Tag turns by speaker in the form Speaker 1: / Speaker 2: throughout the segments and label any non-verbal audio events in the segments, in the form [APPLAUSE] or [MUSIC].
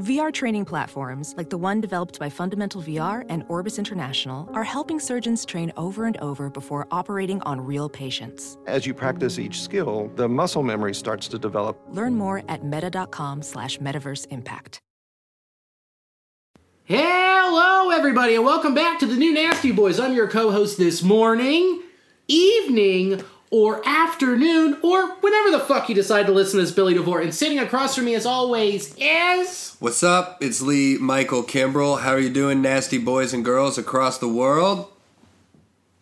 Speaker 1: VR training platforms, like the one developed by Fundamental VR and Orbis International, are helping surgeons train over and over before operating on real patients.
Speaker 2: As you practice each skill, the muscle memory starts to develop.
Speaker 1: Learn more at meta.com slash metaverse impact.
Speaker 3: Hello, everybody, and welcome back to the new Nasty Boys. I'm your co host this morning, evening, or afternoon, or whenever the fuck you decide to listen to this Billy DeVore. And sitting across from me, as always, is.
Speaker 4: What's up? It's Lee Michael Kimbrell. How are you doing, nasty boys and girls across the world?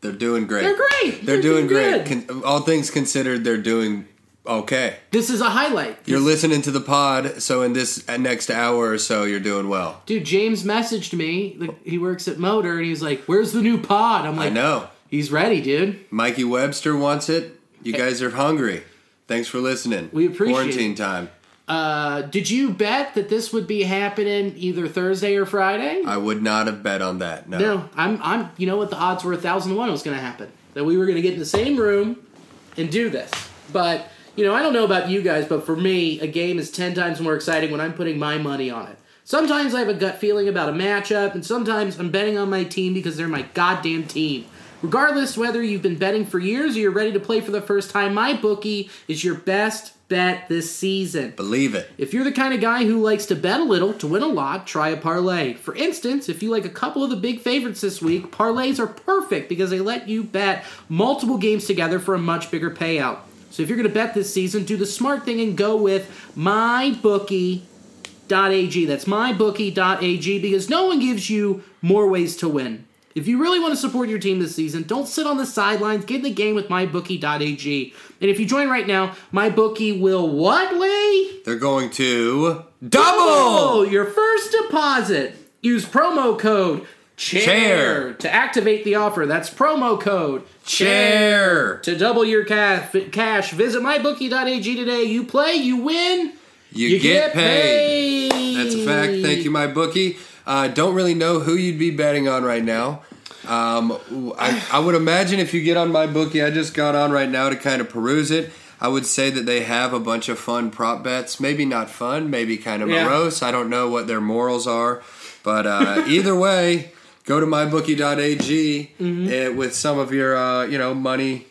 Speaker 4: They're doing great.
Speaker 3: They're great.
Speaker 4: They're,
Speaker 3: They're
Speaker 4: doing,
Speaker 3: doing
Speaker 4: great. Con- all things considered, they're doing okay.
Speaker 3: This is a highlight.
Speaker 4: You're listening to the pod, so in this uh, next hour or so, you're doing well.
Speaker 3: Dude, James messaged me. like, He works at Motor, and he's like, Where's the new pod? I'm
Speaker 4: I
Speaker 3: like,
Speaker 4: know.
Speaker 3: He's ready, dude.
Speaker 4: Mikey Webster wants it. You guys are hungry. Thanks for listening.
Speaker 3: We appreciate
Speaker 4: quarantine
Speaker 3: it.
Speaker 4: time.
Speaker 3: Uh, did you bet that this would be happening either Thursday or Friday?
Speaker 4: I would not have bet on that. No.
Speaker 3: No, I'm. I'm. You know what? The odds were a thousand to one it was going to happen that we were going to get in the same room and do this. But you know, I don't know about you guys, but for me, a game is ten times more exciting when I'm putting my money on it. Sometimes I have a gut feeling about a matchup, and sometimes I'm betting on my team because they're my goddamn team. Regardless whether you've been betting for years or you're ready to play for the first time, my bookie is your best bet this season.
Speaker 4: Believe it.
Speaker 3: If you're the kind of guy who likes to bet a little to win a lot, try a parlay. For instance, if you like a couple of the big favorites this week, parlays are perfect because they let you bet multiple games together for a much bigger payout. So if you're going to bet this season, do the smart thing and go with MyBookie. MyBookie.ag. That's mybookie.ag because no one gives you more ways to win. If you really want to support your team this season, don't sit on the sidelines. Get in the game with mybookie.ag. And if you join right now, MyBookie will what, Lee?
Speaker 4: They're going to
Speaker 3: Oh,
Speaker 4: double.
Speaker 3: your first deposit. Use promo code CHAIR,
Speaker 4: Chair.
Speaker 3: to activate the offer. That's promo code
Speaker 4: Chair.
Speaker 3: To double your cash, cash visit mybookie.ag today. You play, you win,
Speaker 4: You, get, paid.
Speaker 3: paid.
Speaker 4: That's a fact. Thank you, my bookie. I don't really know who you'd be betting on right now. Um, I, I would imagine if you get on my bookie, I just got on right now to kind of peruse it. I would say that they have a bunch of fun prop bets. Maybe not fun, maybe kind of
Speaker 3: Yeah.
Speaker 4: morose. I don't know what their morals are, but uh, either way, go to mybookie.ag uh, with some of your uh, you know money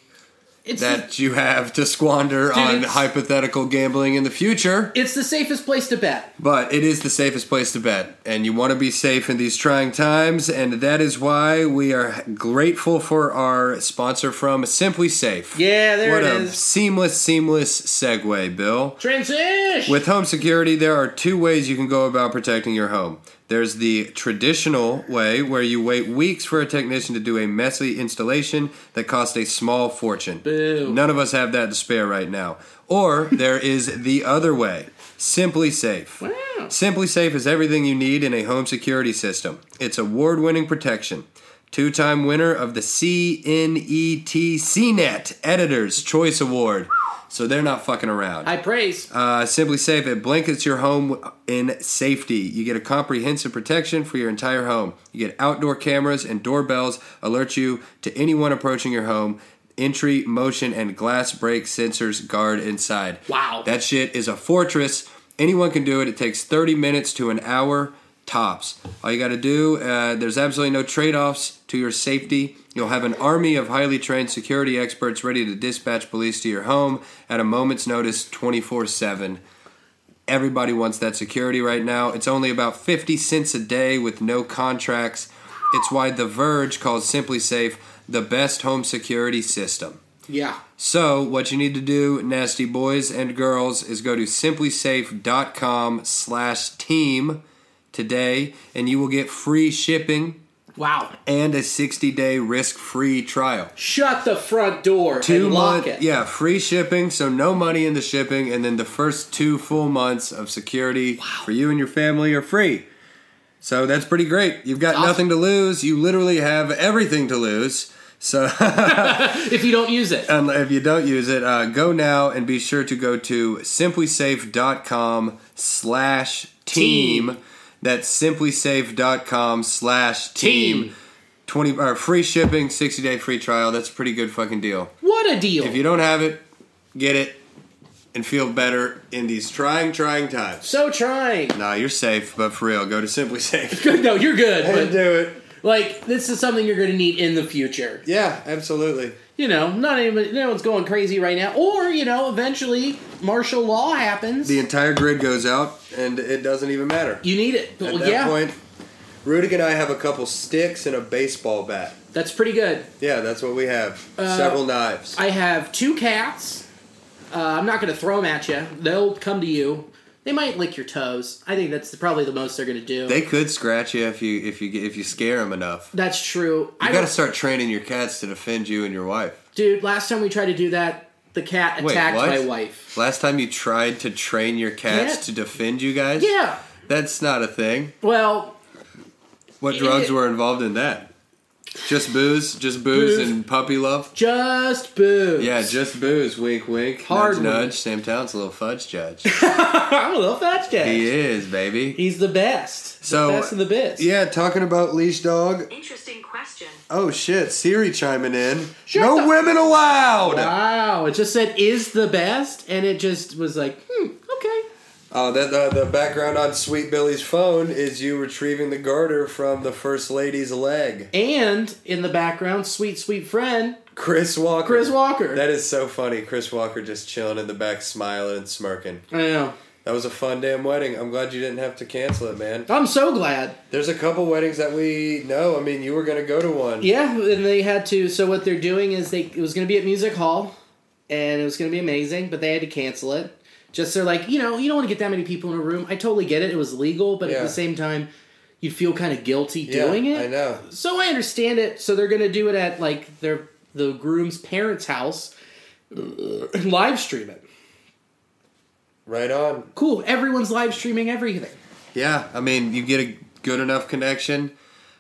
Speaker 3: It's the-
Speaker 4: that you have to squander on
Speaker 3: it's-
Speaker 4: hypothetical gambling in the future.
Speaker 3: It's the safest place to bet.
Speaker 4: But it is the safest place to bet, and you want to be safe in these trying times, and that is why we are grateful for our sponsor from Simply Safe.
Speaker 3: Yeah, there
Speaker 4: what
Speaker 3: it
Speaker 4: a
Speaker 3: is.
Speaker 4: seamless, seamless segue, Bill.
Speaker 3: Transition.
Speaker 4: With home security, there are two ways you can go about protecting your home. There's the traditional way where you wait weeks for a technician to do a messy installation that costs a small fortune.
Speaker 3: Boo.
Speaker 4: None of us have that to spare right now. Or there [LAUGHS] is the other way. Simply Safe.
Speaker 3: Wow.
Speaker 4: Simply Safe is everything you need in a home security system. It's award-winning protection. Two-time winner of the E CNET CNET Editor's Choice Award. So they're not fucking around.
Speaker 3: High praise.
Speaker 4: Uh, Simply Safe, it blankets your home in safety. You get a comprehensive protection for your entire home. You get outdoor cameras and doorbells alert you to anyone approaching your home. Entry, motion, and glass break sensors guard inside.
Speaker 3: Wow.
Speaker 4: That shit is a fortress. Anyone can do it. It takes 30 minutes to an hour tops. All you got to do, uh, there's absolutely no trade offs to your safety. You'll have an army of highly trained security experts ready to dispatch police to your home at a moment's notice 24 7. Everybody wants that security right now. It's only about 50 cents a day with no contracts. It's why The Verge calls Simply Safe the best home security system.
Speaker 3: yeah.
Speaker 4: So, what you need to do, nasty boys and girls, is go to simplysafe.com slash team today, and you will get free shipping
Speaker 3: Wow.
Speaker 4: and a 60-day risk-free trial.
Speaker 3: Shut the front door and lock
Speaker 4: month-
Speaker 3: it.
Speaker 4: Yeah, free shipping, so no money in the shipping, and then the first two full months of security for you and your family are free. So that's pretty great. You've got
Speaker 3: Awesome.
Speaker 4: nothing to lose. You literally have everything to lose. So [LAUGHS]
Speaker 3: If you don't use it.
Speaker 4: and if you don't use it, uh, go now and be sure to go to simplysafe.com slash team. That's simplysafe.com slash
Speaker 3: Team.
Speaker 4: team. 20 or free shipping, 60 day free trial. That's a pretty good fucking deal.
Speaker 3: what a deal.
Speaker 4: If you don't have it, get it. and feel better in these trying, trying times.
Speaker 3: So trying.
Speaker 4: nah, you're safe, but for real, go to Simply Safe.
Speaker 3: No, you're [LAUGHS] good.
Speaker 4: and
Speaker 3: But,
Speaker 4: [LAUGHS] do it.
Speaker 3: like, this is something you're going to need in the future.
Speaker 4: Yeah, absolutely.
Speaker 3: You know, not anybody, no one's going crazy right now. Or, you know, eventually martial law happens.
Speaker 4: The entire grid goes out, and it doesn't even matter.
Speaker 3: you need it.
Speaker 4: At
Speaker 3: Well,
Speaker 4: that
Speaker 3: yeah,
Speaker 4: point, Rudick and I have a couple sticks and a baseball bat.
Speaker 3: that's pretty good.
Speaker 4: Yeah, that's what we have. Several knives.
Speaker 3: Uh, I have two cats. Uh, I'm not going to throw them at you. They'll come to you. They might lick your toes. I think that's probably the most they're going to do.
Speaker 4: they could scratch you if you if you get- if you scare them enough.
Speaker 3: that's true. I
Speaker 4: You got to
Speaker 3: don't-
Speaker 4: start training your cats to defend you and your wife.
Speaker 3: Dude, last time we tried to do that, the cat
Speaker 4: Wait,
Speaker 3: attacked
Speaker 4: what?
Speaker 3: my wife.
Speaker 4: Last time you tried to train your cats
Speaker 3: Yeah.
Speaker 4: to defend you guys?
Speaker 3: Yeah.
Speaker 4: That's not a thing.
Speaker 3: Well,
Speaker 4: What
Speaker 3: It-
Speaker 4: drugs
Speaker 3: it-
Speaker 4: were involved in that? Just booze, just booze,
Speaker 3: Booze.
Speaker 4: and puppy love.
Speaker 3: just boo. [LAUGHS]
Speaker 4: Yeah, just booze. Wink, wink.
Speaker 3: Hard
Speaker 4: nudge,
Speaker 3: one.
Speaker 4: nudge. Sam Towns a little
Speaker 3: [LAUGHS]
Speaker 4: fudge judge.
Speaker 3: I'm a little fat cat.
Speaker 4: he is, baby.
Speaker 3: He's the best.
Speaker 4: So-
Speaker 3: the best of the best.
Speaker 4: Yeah, talking about leash dog.
Speaker 5: Interesting question.
Speaker 4: Oh shit, Siri chiming in.
Speaker 3: Shut
Speaker 4: no
Speaker 3: the-
Speaker 4: women allowed.
Speaker 3: Wow. It just said is the best, and it just was like, hmm, okay.
Speaker 4: Oh, that the, the background on Sweet Billy's phone is you retrieving the garter from the first lady's leg.
Speaker 3: And in the background, sweet, sweet friend.
Speaker 4: Chris Walker.
Speaker 3: Chris Walker.
Speaker 4: That is so funny. Chris Walker just chilling in the back, smiling and smirking.
Speaker 3: I know.
Speaker 4: That was a fun damn wedding. I'm glad you didn't have to cancel it, man.
Speaker 3: I'm so glad.
Speaker 4: There's a couple weddings that we know. I mean, you were gonna go to one.
Speaker 3: Yeah, and they had to. So what they're doing is they it was going to be at Music Hall, and it was going to be amazing, but they had to cancel it. Just they're like, you know, you don't want to get that many people in a room. I totally get it. It was legal, but at
Speaker 4: Yeah.
Speaker 3: the same time, you'd feel kind of guilty
Speaker 4: Yeah,
Speaker 3: doing it.
Speaker 4: I know.
Speaker 3: So I understand it. So they're going to do it at like their the groom's parents' house, [CLEARS THROAT] and live stream it.
Speaker 4: Right on.
Speaker 3: Cool. Everyone's live streaming everything.
Speaker 4: Yeah, I mean, you get a good enough connection,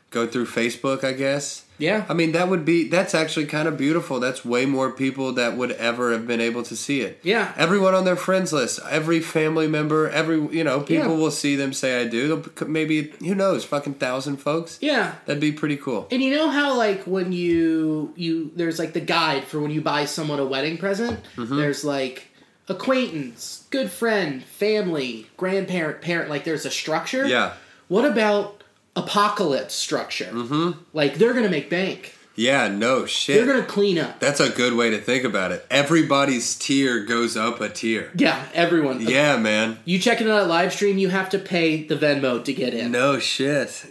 Speaker 4: go through Facebook, I guess.
Speaker 3: Yeah.
Speaker 4: I mean, that would be that's actually kind of beautiful. That's way more people that would ever have been able to see it.
Speaker 3: Yeah.
Speaker 4: Everyone on their friends list, every family member, every you know, people
Speaker 3: Yeah.
Speaker 4: will see them say I do. They'll- Maybe who knows, fucking thousand folks.
Speaker 3: Yeah.
Speaker 4: That'd be pretty cool.
Speaker 3: And you know how like when you you there's like the guide for when you buy someone a wedding present.
Speaker 4: Mm-hmm.
Speaker 3: There's like acquaintance, good friend, family, grandparent, parent. Like there's a structure.
Speaker 4: Yeah.
Speaker 3: What about apocalypse structure? Mm-hmm. Like they're gonna make bank.
Speaker 4: Yeah, no
Speaker 3: They're
Speaker 4: shit.
Speaker 3: gonna clean up.
Speaker 4: That's a good way to think about it. Everybody's tier goes up a tier.
Speaker 3: Yeah, everyone.
Speaker 4: Yeah, man.
Speaker 3: You checking out a live stream, you have to pay the Venmo to get in.
Speaker 4: No shit.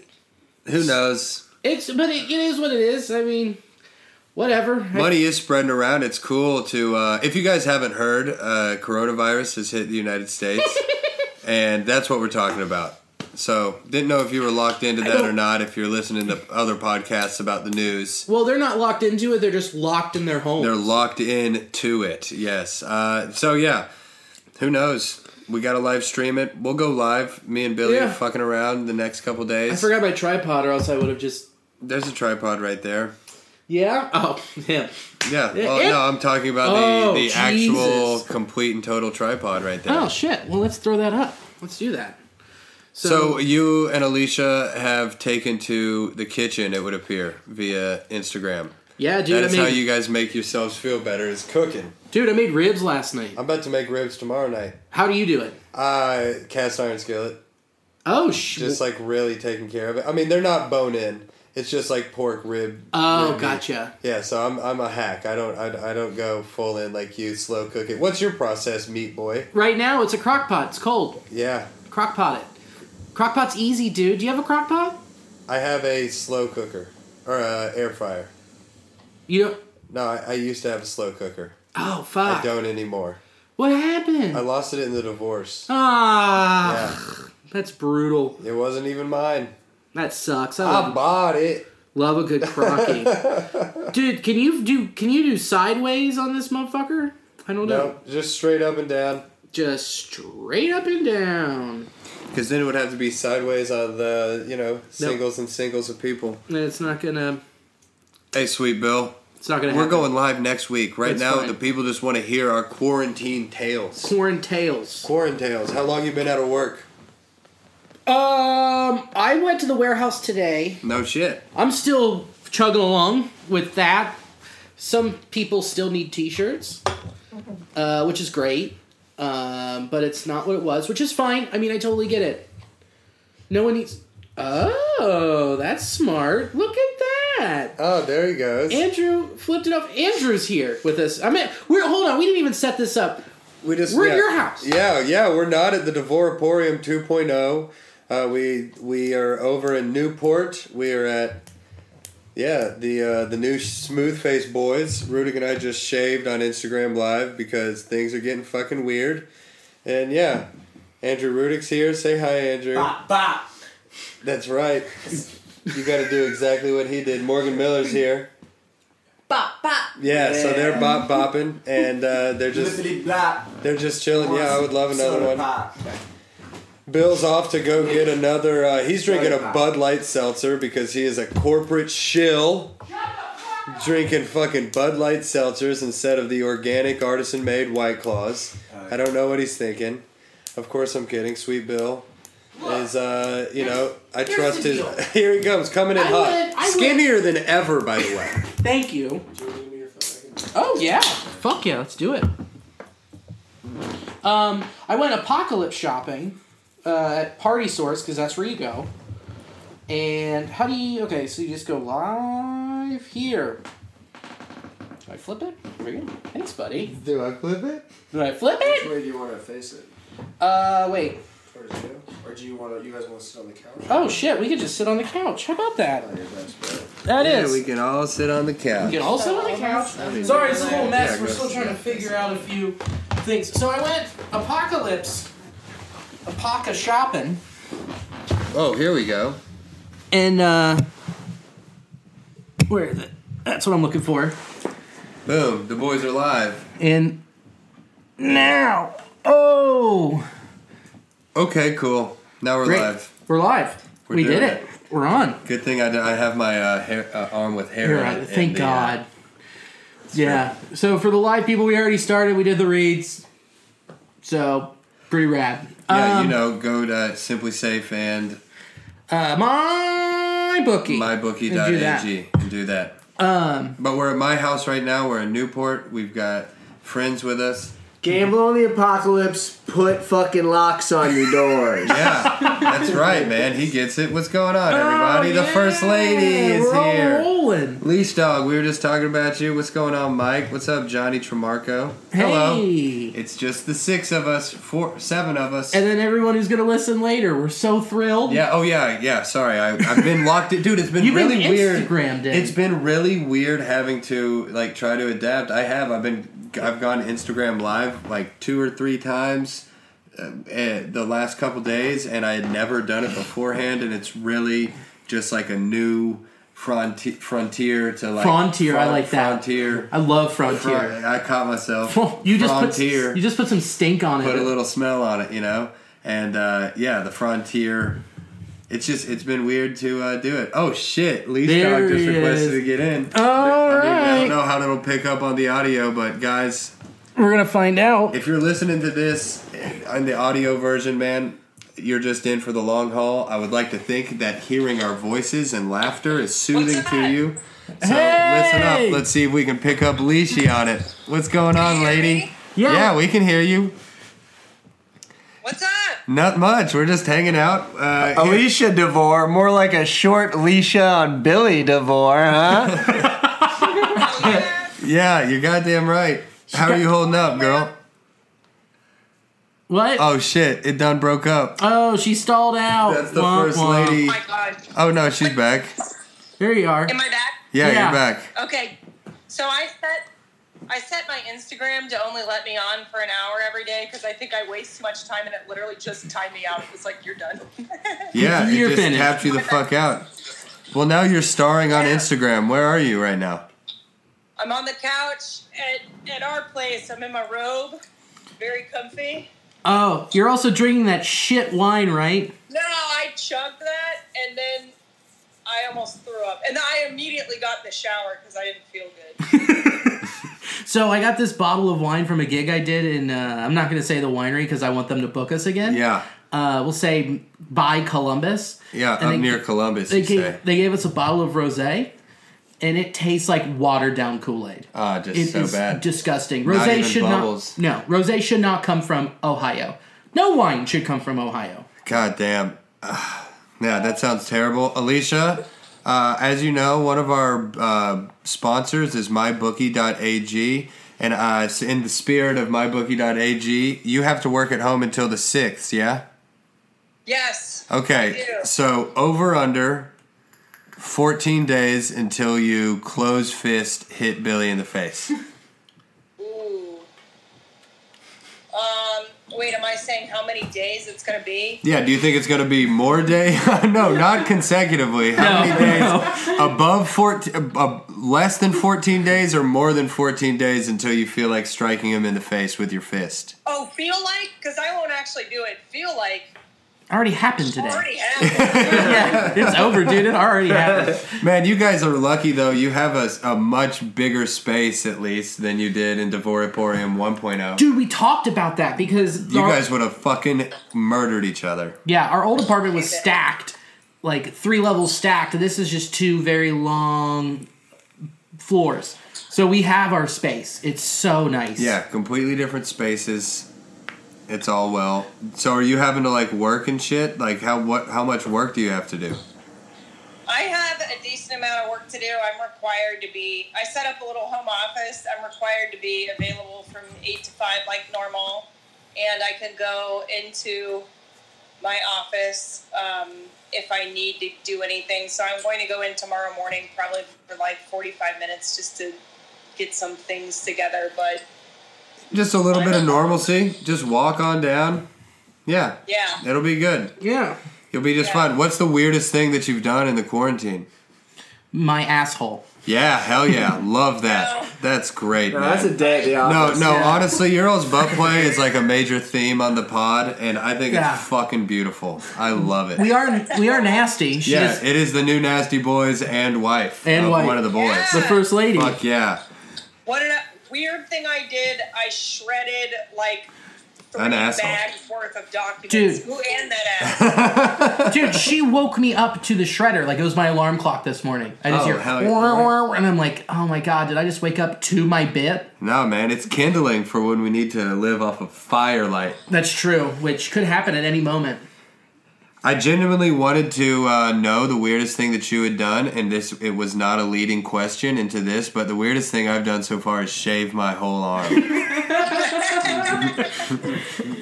Speaker 4: Who knows?
Speaker 3: It's but it, it is what it is. I mean, whatever.
Speaker 4: Money is spreading around. It's cool to. Uh, if you guys haven't heard, uh, coronavirus has hit the
Speaker 3: [LAUGHS]
Speaker 4: United States, and that's what we're talking about. So, didn't know if you were locked into that or
Speaker 3: don't-
Speaker 4: not. If you're listening to other podcasts about the news,
Speaker 3: Well, they're not locked into it. They're just locked in their home.
Speaker 4: they're locked in to it. Yes. Uh, so yeah, who knows? We gotta live stream it. We'll go live. Me and Billy
Speaker 3: Yeah.
Speaker 4: are fucking around the next couple days.
Speaker 3: I forgot my tripod, or else I would have just.
Speaker 4: There's a tripod right there. [LAUGHS]
Speaker 3: Yeah. Oh, him.
Speaker 4: Yeah.
Speaker 3: Yeah,
Speaker 4: Well,
Speaker 3: yeah.
Speaker 4: no, I'm talking about
Speaker 3: Oh,
Speaker 4: the, the
Speaker 3: Jesus.
Speaker 4: actual complete and total tripod right there.
Speaker 3: Oh shit. Well, let's throw that up. Let's do that. So,
Speaker 4: So you and Alicia have taken to the kitchen, it would appear, via Instagram.
Speaker 3: yeah, dude.
Speaker 4: That
Speaker 3: I
Speaker 4: is
Speaker 3: made,
Speaker 4: how you guys make yourselves feel better is cooking.
Speaker 3: dude, I made ribs last night.
Speaker 4: I'm about to make ribs tomorrow night.
Speaker 3: How do you do it?
Speaker 4: Uh cast iron skillet.
Speaker 3: Oh shit.
Speaker 4: Just like really taking care of it. I mean they're not bone in. It's just like pork rib.
Speaker 3: oh,
Speaker 4: rib meat.
Speaker 3: gotcha.
Speaker 4: Yeah, so I'm I'm a hack. I don't I, I don't go full in like you slow cook it. What's your process, meat boy?
Speaker 3: Right now, it's a crock pot. It's cold.
Speaker 4: Yeah.
Speaker 3: Crock pot it. Crock pot's easy, dude. Do you have a crock pot?
Speaker 4: I have a slow cooker or a air fryer.
Speaker 3: You don't.
Speaker 4: No, I, I used to have a slow cooker.
Speaker 3: Oh
Speaker 4: I
Speaker 3: fuck.
Speaker 4: don't anymore.
Speaker 3: What happened?
Speaker 4: I lost it in the divorce.
Speaker 3: ah.
Speaker 4: Yeah,
Speaker 3: That's brutal.
Speaker 4: it wasn't even mine.
Speaker 3: That sucks. I
Speaker 4: I
Speaker 3: love,
Speaker 4: bought it.
Speaker 3: love a good
Speaker 4: [LAUGHS]
Speaker 3: crocky. dude, can you do can you do sideways on this motherfucker? I don't know.
Speaker 4: No, just straight up and down.
Speaker 3: just straight up and down.
Speaker 4: Because then it would have to be sideways on the, you know,
Speaker 3: singles
Speaker 4: and singles of people.
Speaker 3: And It's not gonna.
Speaker 4: Hey, sweet Bill.
Speaker 3: It's not gonna.
Speaker 4: We're
Speaker 3: happen.
Speaker 4: going live next week. Right
Speaker 3: It's
Speaker 4: now,
Speaker 3: fine.
Speaker 4: the people just want to hear our quarantine tales.
Speaker 3: corn tails.
Speaker 4: Quarantine tales. How long you been out of work?
Speaker 3: Um, I went to the warehouse today.
Speaker 4: No shit.
Speaker 3: I'm still chugging along with that. Some people still need T-shirts, uh, which is great. um, but it's not what it was, which is fine. I mean, I totally get it. No one needs. Oh, that's smart. Look at that.
Speaker 4: Oh, there he goes.
Speaker 3: Andrew flipped it off. Andrew's here with us. I mean, we're hold on. We didn't even set this up.
Speaker 4: we just
Speaker 3: we're at
Speaker 4: yeah.
Speaker 3: your house.
Speaker 4: Yeah, yeah, we're not at the Devoraporium 2.0. Uh, we we are over in Newport. We are at yeah the uh, the new Smooth Face Boys. Rudick and I just shaved on Instagram Live because things are getting fucking weird. And yeah, Andrew Rudick's here. Say hi, Andrew.
Speaker 6: Ah.
Speaker 3: Bop.
Speaker 4: That's right. You got to do exactly what he did. Morgan Miller's here.
Speaker 6: Bop, bop.
Speaker 4: Yeah, so they're bop bopping and uh, they're just they're just chilling. Yeah, I would love another one. Bill's off to go get another. Uh, he's drinking a Bud Light seltzer because he is a corporate shill. Drinking fucking Bud Light seltzers instead of the organic artisan made White Claws.
Speaker 2: Uh,
Speaker 4: I don't know what he's thinking. Of course, I'm kidding. Sweet Bill is, uh, you know, I
Speaker 3: Here's
Speaker 4: trust
Speaker 3: the
Speaker 4: his.
Speaker 3: deal.
Speaker 4: [LAUGHS] Here he comes, coming in
Speaker 3: I
Speaker 4: hot.
Speaker 3: would- I would-
Speaker 4: Skinnier than ever, by the way.
Speaker 3: Thank you. Oh yeah. Fuck yeah. Let's do it. Um, I went apocalypse shopping uh, at Party Source because that's where you go. And how do you? Okay, so you just go live here. Do I flip it? There we go. Thanks, buddy.
Speaker 4: Do I flip it?
Speaker 3: Do I flip it?
Speaker 2: way do you want to face it?
Speaker 3: Uh, wait.
Speaker 2: Towards you? Or do you want to, you guys want to sit on the couch?
Speaker 3: Oh shit, we could just sit on the couch. How about that?
Speaker 2: Yeah, that's right.
Speaker 3: That
Speaker 4: Yeah,
Speaker 3: is.
Speaker 4: we can all sit on the couch.
Speaker 3: You can all sit on the couch. Sorry, it's a little mess. We're still trying to figure out a few things. So I went apocalypse, apoca shopping,
Speaker 4: Oh, here we go.
Speaker 3: and uh, where is it? That's what I'm looking for.
Speaker 4: Boom, the boys are live.
Speaker 3: And now, oh,
Speaker 4: Okay, cool. Now we're live.
Speaker 3: we're live.
Speaker 4: We're
Speaker 3: we did
Speaker 4: doing
Speaker 3: it.
Speaker 4: it.
Speaker 3: We're on.
Speaker 4: Good thing I, d- I have my uh, hair, uh, arm with hair.
Speaker 3: You're
Speaker 4: on
Speaker 3: right.
Speaker 4: it
Speaker 3: Thank
Speaker 4: and the, uh,
Speaker 3: God. Yeah. So for the live people, we already started. We did the reads. So pretty rad.
Speaker 4: yeah,
Speaker 3: Um,
Speaker 4: you know, go to Simply Safe and
Speaker 3: uh, my bookie. Do that.
Speaker 4: mybookie.ag and do that. Um, but we're at my house right now. We're in Newport. We've got friends with us.
Speaker 2: Gamble on the apocalypse, put fucking locks on your doors.
Speaker 4: [LAUGHS] Yeah, that's right, man. He gets it. What's going on, everybody?
Speaker 3: Oh,
Speaker 4: The first lady
Speaker 3: yeah,
Speaker 4: is
Speaker 3: we're all
Speaker 4: here.
Speaker 3: rolling.
Speaker 4: Leash Dog, we were just talking about you. What's going on, Mike? What's up, Johnny Tremarco? Hello.
Speaker 3: Hey.
Speaker 4: It's just the six of us, four, seven of us.
Speaker 3: And then everyone who's gonna listen later, we're so thrilled.
Speaker 4: yeah. Oh yeah. Yeah. Sorry, I, I've been locked in, dude. It's been
Speaker 3: You've been
Speaker 4: really weird.
Speaker 3: Instagrammed in.
Speaker 4: It's been really weird having to like try to adapt. I have. I've been. I've gone Instagram live like two or three times uh, eh, the last couple days, and I had never done it beforehand, and it's really just like a new fronti- frontier to like
Speaker 3: Frontier, I like that.
Speaker 4: Frontier.
Speaker 3: I love
Speaker 4: Fron-
Speaker 3: Frontier.
Speaker 4: I caught myself.
Speaker 3: you just
Speaker 4: frontier
Speaker 3: put you just put some stink on
Speaker 4: put
Speaker 3: it.
Speaker 4: a little smell on it, you know. And uh, yeah, the frontier. It's just it's been weird to uh, do it. Oh shit! Leash
Speaker 3: There
Speaker 4: dog just
Speaker 3: he
Speaker 4: requested
Speaker 3: is.
Speaker 4: to get in.
Speaker 3: All
Speaker 4: I, mean, I don't
Speaker 3: right,
Speaker 4: know how it'll pick up on the audio, but guys,
Speaker 3: we're gonna find out.
Speaker 4: if you're listening to this on the audio version, man, you're just in for the long haul. I would like to think that hearing our voices and laughter is soothing to you. So listen
Speaker 3: Hey!
Speaker 4: up. Let's see if we can pick up Leashy on it. What's going on, lady?
Speaker 3: Yeah.
Speaker 4: yeah, we can hear you.
Speaker 7: What's up?
Speaker 4: Not much. We're just hanging out. Uh, here-
Speaker 2: Alicia DeVore, more like a short Alicia on Billy DeVore, huh?
Speaker 4: yeah, you're goddamn right. How are you holding up, girl?
Speaker 3: What? Oh,
Speaker 4: Oh shit! It done broke up.
Speaker 3: she stalled out.
Speaker 4: That's the
Speaker 3: Womp
Speaker 4: first
Speaker 3: womp.
Speaker 4: lady.
Speaker 7: Oh my god.
Speaker 4: Oh no, she's back.
Speaker 3: There you are.
Speaker 7: Am I back?
Speaker 4: Yeah,
Speaker 3: Yeah.
Speaker 4: you're back.
Speaker 7: Okay. So I set I set my Instagram to only let me on for an hour every day because I think I waste too much time and it literally just timed me out. It's like you're done. [LAUGHS]
Speaker 4: Yeah,
Speaker 3: You're
Speaker 4: it just
Speaker 3: finished.
Speaker 4: tapped you the fuck out. Well, now you're starring on Instagram. Where are you right now?
Speaker 7: I'm on the couch at, at our place. I'm in my robe. Very comfy.
Speaker 3: Oh, you're also drinking that shit wine, right?
Speaker 7: No, I chugged that and then I almost threw up. And I immediately got in the shower because I didn't feel good.
Speaker 3: So I got this bottle of wine from a gig I did in. Uh, I'm not going to say the winery because I want them to book us again.
Speaker 4: Yeah,
Speaker 3: Uh, we'll say by Columbus.
Speaker 4: yeah,
Speaker 3: And
Speaker 4: up
Speaker 3: they-
Speaker 4: near Columbus.
Speaker 3: They
Speaker 4: You
Speaker 3: gave,
Speaker 4: say.
Speaker 3: they gave us a bottle of rosé, and it tastes like watered down Kool Aid.
Speaker 4: Ah, just
Speaker 3: It
Speaker 4: so
Speaker 3: is
Speaker 4: bad.
Speaker 3: disgusting.
Speaker 4: Not
Speaker 3: Rosé
Speaker 4: even
Speaker 3: should
Speaker 4: bubbles.
Speaker 3: not. No, rosé should not come from Ohio. No wine should come from Ohio.
Speaker 4: God damn. [SIGHS] Ah, yeah, that sounds terrible. Alicia, uh, as you know, one of our uh, sponsors is mybookie.ag. And uh, s- in the spirit of mybookie.ag, you have to work at home until the 6th, yeah?
Speaker 7: Yes.
Speaker 4: Okay.
Speaker 7: I do.
Speaker 4: So over under 14 days until you close fist hit Billy in the face.
Speaker 7: Ooh. Um. Wait, am I saying how many days it's gonna be?
Speaker 4: Yeah, do you think it's going to be more day? [LAUGHS] no, not consecutively. How many days? Above 14, uh, less than 14 days or more than 14 days until you feel like striking him in the face with your fist?
Speaker 7: Oh, feel like? Because I won't actually do it. Feel like
Speaker 3: Already happened today.
Speaker 7: already
Speaker 3: [LAUGHS]
Speaker 7: happened.
Speaker 3: yeah, it's over, dude. It already
Speaker 4: [LAUGHS]
Speaker 3: happened.
Speaker 4: Man, you guys are lucky though. You have a, a much bigger space at least than you did in Devoraporium 1.0.
Speaker 3: Dude, we talked about that because
Speaker 4: oh. you
Speaker 3: our-
Speaker 4: guys would have fucking murdered each other.
Speaker 3: yeah, our old apartment was stacked, like three levels stacked. This is just two very long floors. So we have our space. It's so nice.
Speaker 4: Yeah, completely different spaces. It's all well. So are you having to like work and shit? Like how what how much work do you have to do?
Speaker 7: I have a decent amount of work to do. I'm required to be. I set up a little home office. I'm required to be available from eight to five, like normal, and I can go into my office um, if I need to do anything. So I'm going to go in tomorrow morning, probably for like 45 minutes, just to get some things together. But
Speaker 4: Just a little bit of normalcy. Just walk on down. Yeah.
Speaker 7: Yeah.
Speaker 4: It'll be good.
Speaker 3: Yeah.
Speaker 4: You'll be just
Speaker 7: Yeah.
Speaker 4: fine. What's the weirdest thing that you've done in the quarantine?
Speaker 3: My asshole.
Speaker 4: Yeah, hell yeah.
Speaker 7: [LAUGHS]
Speaker 4: Love that.
Speaker 7: No.
Speaker 4: That's great,
Speaker 8: No,
Speaker 4: man.
Speaker 8: that's a day at the
Speaker 4: no,
Speaker 8: office.
Speaker 4: no,
Speaker 8: Yeah.
Speaker 4: honestly, your all's butt play is like a major theme on the pod, and I think
Speaker 3: Yeah.
Speaker 4: it's fucking beautiful. I love it.
Speaker 3: We are we are
Speaker 4: [LAUGHS]
Speaker 3: nasty. She
Speaker 4: yeah,
Speaker 3: is
Speaker 4: it is the new Nasty Boys and wife.
Speaker 3: And
Speaker 4: of
Speaker 3: wife.
Speaker 4: One of the boys.
Speaker 3: the first lady.
Speaker 4: Fuck yeah.
Speaker 7: what did I, weird thing I did? I shredded like three
Speaker 4: An asshole.
Speaker 7: bags worth of documents.
Speaker 3: Dude.
Speaker 7: Who and that
Speaker 4: [LAUGHS]
Speaker 7: ass.
Speaker 3: Dude, she woke me up to the shredder. Like it was my alarm clock this morning. I just
Speaker 4: Oh,
Speaker 3: hear
Speaker 4: hell yeah.
Speaker 3: "Wah, wah, wah," and I'm like, oh my god, did I just wake up to my bit?
Speaker 4: No, man, it's kindling for when we need to live off of firelight.
Speaker 3: That's true, which could happen at any moment.
Speaker 4: I genuinely wanted to uh, know the weirdest thing that you had done, and this it was not a leading question into this, but the weirdest thing I've done so far is shave my whole
Speaker 8: [LAUGHS]
Speaker 4: arm. [LAUGHS]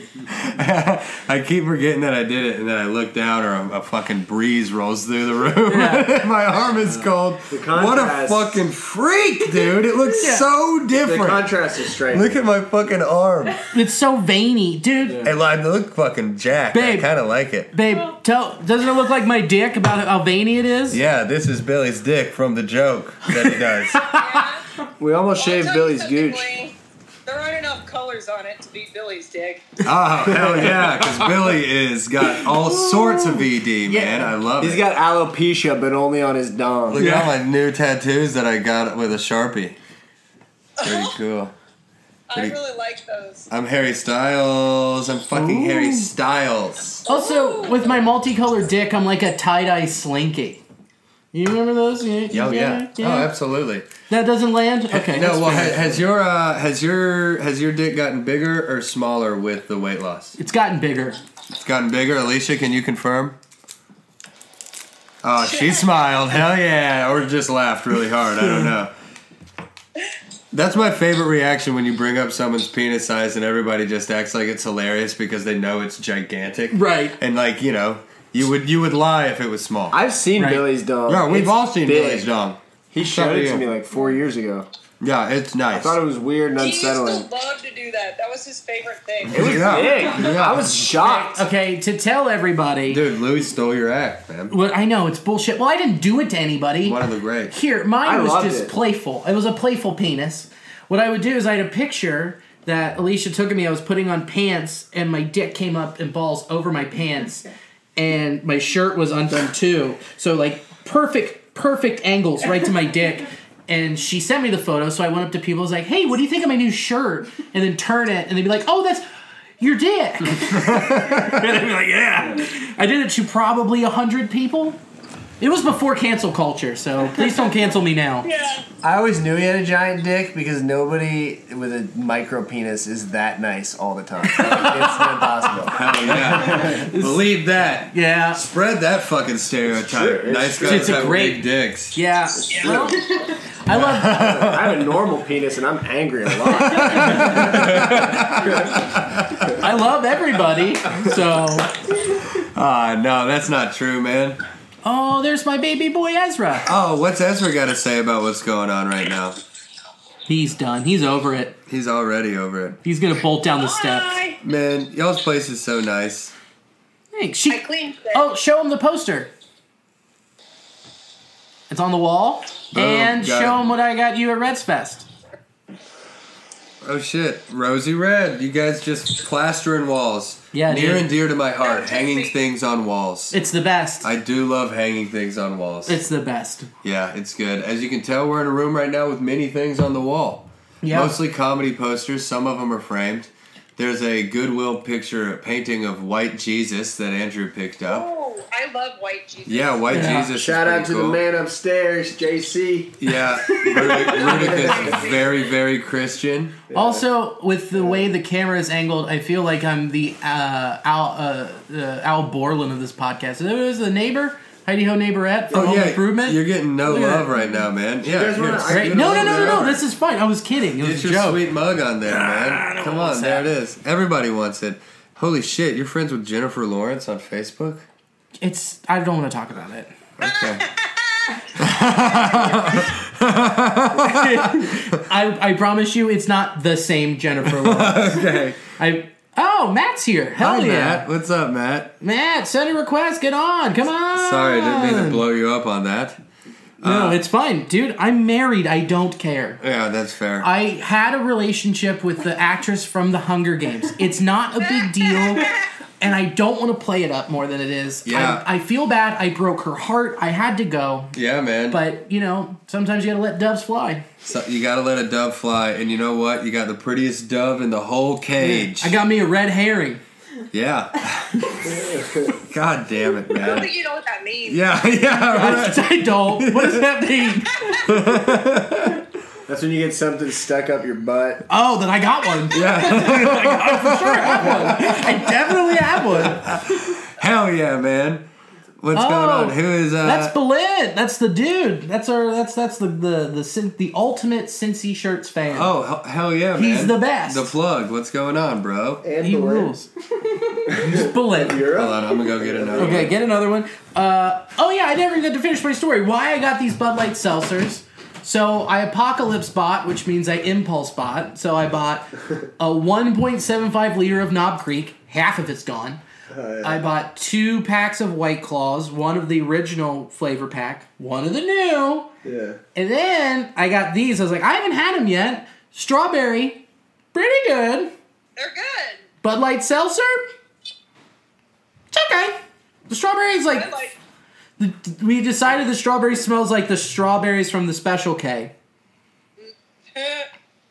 Speaker 4: I keep forgetting that I did it, and then I look down, or a, a fucking breeze rolls through the room. [LAUGHS] my arm is cold. What a
Speaker 8: Uh, contrast.
Speaker 4: fucking freak, dude! It
Speaker 8: [LAUGHS]
Speaker 4: looks so
Speaker 8: The
Speaker 4: different.
Speaker 8: contrast is straight.
Speaker 4: look at my fucking
Speaker 8: [LAUGHS]
Speaker 4: arm.
Speaker 3: It's so veiny, dude.
Speaker 4: Hey, I look fucking jacked.
Speaker 3: Babe.
Speaker 4: I kind of like it.
Speaker 3: Babe, tell doesn't it look like my dick about how veiny it is?
Speaker 4: Yeah, this is Billy's dick from the joke that he
Speaker 8: [LAUGHS]
Speaker 4: does.
Speaker 8: we almost
Speaker 7: I'll
Speaker 8: shaved
Speaker 7: tell you
Speaker 8: Billy's
Speaker 7: something,
Speaker 8: gooch.
Speaker 7: Blaine. There aren't enough colors on it to beat Billy's dick.
Speaker 4: oh hell yeah, because Billy is got all sorts of ED, man. I love
Speaker 8: He's
Speaker 4: it.
Speaker 8: got alopecia, but only on his dong.
Speaker 4: Look at all my new tattoos that I got with a sharpie. Pretty cool.
Speaker 7: I
Speaker 4: Pretty-
Speaker 7: really like those.
Speaker 4: I'm Harry Styles. I'm fucking Harry Styles.
Speaker 3: Also, with my multicolored dick, I'm like a tie-dye slinky. You remember those? Yeah,
Speaker 4: Oh yeah. Oh, absolutely.
Speaker 3: That doesn't land? Okay.
Speaker 4: No,
Speaker 3: that's
Speaker 4: well,
Speaker 3: fair.
Speaker 4: ha- has your uh, has your has your dick gotten bigger or smaller with the weight loss?
Speaker 3: it's gotten bigger.
Speaker 4: It's gotten bigger. Alicia, can you confirm? Oh, she smiled. Hell yeah. Or just laughed really hard. I don't know. That's my favorite reaction when you bring up someone's penis size and everybody just acts like it's hilarious because they know it's gigantic.
Speaker 3: Right.
Speaker 4: And like, you know, you would you would lie if it was small.
Speaker 8: I've seen
Speaker 3: Right.
Speaker 8: Billy's dong.
Speaker 4: yeah, we've
Speaker 8: It's
Speaker 4: all seen
Speaker 8: big.
Speaker 4: Billy's dong.
Speaker 8: He showed it
Speaker 4: Yeah.
Speaker 8: to me like four years ago.
Speaker 4: Yeah, it's nice.
Speaker 8: I thought it was weird and
Speaker 7: He used to
Speaker 8: unsettling.
Speaker 7: love to do that. That was his favorite thing.
Speaker 8: It was
Speaker 4: Yeah.
Speaker 8: big. I was shocked.
Speaker 3: Okay, to tell everybody.
Speaker 4: Dude, Louis stole your act, man.
Speaker 3: Well, I know it's bullshit. Well, I didn't do it to anybody.
Speaker 4: One of the greats.
Speaker 3: Here, mine
Speaker 8: I
Speaker 3: was
Speaker 8: loved
Speaker 3: just
Speaker 8: it.
Speaker 3: playful. It was a playful penis. What I would do is I had a picture that Alicia took of me. I was putting on pants, and my dick came up and balls over my pants, and my shirt was undone too. So like perfect, perfect angles right to my dick. And she sent me the photo, so I went up to people. I was like, "Hey, what do you think of my new shirt?" And then turn it, and they'd be like, "Oh, that's your dick." and I'd be like, "Yeah." I did it to probably hundred people. It was before cancel culture, so please don't cancel me now.
Speaker 7: Yeah.
Speaker 9: I always knew he had a giant dick because nobody with a micro penis is that nice all the time. it's impossible.
Speaker 3: [LAUGHS]
Speaker 4: Hell yeah. Believe that.
Speaker 3: Yeah.
Speaker 4: Spread that fucking stereotype. nice
Speaker 3: true.
Speaker 4: guys
Speaker 3: It's a
Speaker 4: have
Speaker 3: great-
Speaker 4: big dicks.
Speaker 3: Yeah. Well, I love
Speaker 8: [LAUGHS] I have a normal penis and I'm angry a lot.
Speaker 3: I love everybody. So
Speaker 4: Ah, no, that's not true, man.
Speaker 3: Oh, there's my baby boy Ezra.
Speaker 4: Oh, what's Ezra got to say about what's going on right now?
Speaker 3: He's done. He's over it.
Speaker 4: He's already over it.
Speaker 3: He's gonna bolt down the steps.
Speaker 7: Hi.
Speaker 4: Man, y'all's place is so nice.
Speaker 3: Thanks.
Speaker 7: I
Speaker 3: She
Speaker 7: cleaned it.
Speaker 3: Oh, show him the poster. It's on the wall.
Speaker 4: Boom,
Speaker 3: and
Speaker 4: Oh, got
Speaker 3: show
Speaker 4: it.
Speaker 3: him what I got you at Reds Fest.
Speaker 4: Oh shit, Rosie Red, you guys just plastering walls.
Speaker 3: Yeah,
Speaker 4: near
Speaker 3: dude.
Speaker 4: and dear to my heart, hanging things on walls.
Speaker 3: It's the best.
Speaker 4: I do love hanging things on walls.
Speaker 3: it's the best.
Speaker 4: yeah, it's good. As you can tell, we're in a room right now with many things on the wall.
Speaker 3: Yeah.
Speaker 4: Mostly comedy posters. Some of them are framed. There's a Goodwill picture painting of White Jesus that Andrew picked up.
Speaker 7: Oh, I love white Jesus.
Speaker 4: Yeah, White
Speaker 3: Yeah.
Speaker 4: Jesus. is
Speaker 8: Shout out to
Speaker 4: pretty cool.
Speaker 8: the man upstairs, JC.
Speaker 4: Yeah, Rudick, Rudick is very, very Christian.
Speaker 3: Also, with the way the camera is angled, I feel like I'm the uh, Al uh, uh, Al Borland of this podcast. It was the neighbor, Heidi Ho neighborette from Home Improvement.
Speaker 4: Oh, You're getting no
Speaker 3: Look at
Speaker 4: love
Speaker 3: that.
Speaker 4: right now, man. Yeah,
Speaker 8: guys wanna-
Speaker 4: here,
Speaker 8: I-
Speaker 4: scoot
Speaker 3: Right? No,
Speaker 4: over
Speaker 3: no, no,
Speaker 4: there.
Speaker 3: no, no. This is fine. I was kidding. It was
Speaker 4: Get
Speaker 3: a
Speaker 4: your
Speaker 3: joke.
Speaker 4: sweet mug on there, man.
Speaker 3: don't
Speaker 4: Come
Speaker 3: want
Speaker 4: on, there it
Speaker 3: that.
Speaker 4: is. Everybody wants it. Holy shit, you're friends with Jennifer Lawrence on Facebook?
Speaker 3: It's. I don't want to talk about it. [LAUGHS]
Speaker 4: Okay.
Speaker 3: I, I promise you, it's not the same Jennifer
Speaker 4: [LAUGHS]
Speaker 3: Lawrence.
Speaker 4: okay.
Speaker 3: I. Oh, Matt's here. Hell
Speaker 4: Hi,
Speaker 3: yeah.
Speaker 4: Matt. What's up, Matt?
Speaker 3: Matt, send a request. Get on. Come on.
Speaker 4: Sorry, didn't mean to uh, blow you up on that.
Speaker 3: No, it's fine, dude. I'm married. I don't care.
Speaker 4: Yeah, that's fair.
Speaker 3: I had a relationship with the actress from The Hunger Games. It's not a big deal, and I don't want to play it up more than it is.
Speaker 4: Yeah.
Speaker 3: I, I feel bad. I broke her heart. I had to go.
Speaker 4: yeah, man.
Speaker 3: But, you know, sometimes you gotta let doves fly.
Speaker 4: So you gotta let a dove fly, and you know what? You got the prettiest dove in the whole cage.
Speaker 3: I got me a red herring. [LAUGHS]
Speaker 4: Yeah. [LAUGHS] God damn it,
Speaker 7: I don't
Speaker 4: man.
Speaker 7: think you know what that means.
Speaker 4: Yeah, [LAUGHS] yeah. Right.
Speaker 3: I don't. What does that mean?
Speaker 8: That's when you get something stuck up your butt.
Speaker 3: Oh, then I got one. [LAUGHS]
Speaker 4: Yeah.
Speaker 3: I definitely have one.
Speaker 4: Hell yeah, man. What's
Speaker 3: Oh,
Speaker 4: going on? Who is uh
Speaker 3: That's Belin. That's the dude. That's our. That's that's the the the Cin- the ultimate Cincy shirts fan.
Speaker 4: Oh, he- hell yeah, man.
Speaker 3: He's the best.
Speaker 4: The plug. What's going on, bro?
Speaker 8: And
Speaker 3: he
Speaker 8: the lid.
Speaker 3: [LAUGHS] rules. Just Belin.
Speaker 8: You're
Speaker 4: Hold
Speaker 8: up.
Speaker 4: on, I'm gonna go get another.
Speaker 3: Okay,
Speaker 4: one.
Speaker 3: get another one. Uh, oh yeah, I never got to finish my story. Why I got these Bud Light seltzers. So I apocalypse bought, which means I impulse bought. So I bought a 1.75 liter of Knob Creek. Half of it's gone. I bought two packs of White Claws, one of the original flavor pack, one of the new.
Speaker 8: Yeah.
Speaker 3: And then I got these. I was like, I haven't had them yet. Strawberry, pretty good.
Speaker 7: They're good.
Speaker 3: Bud Light Seltzer, it's okay. The strawberry is
Speaker 7: I
Speaker 3: like
Speaker 7: like [LAUGHS]
Speaker 3: we decided the strawberry smells like the strawberries from the Special K. [LAUGHS]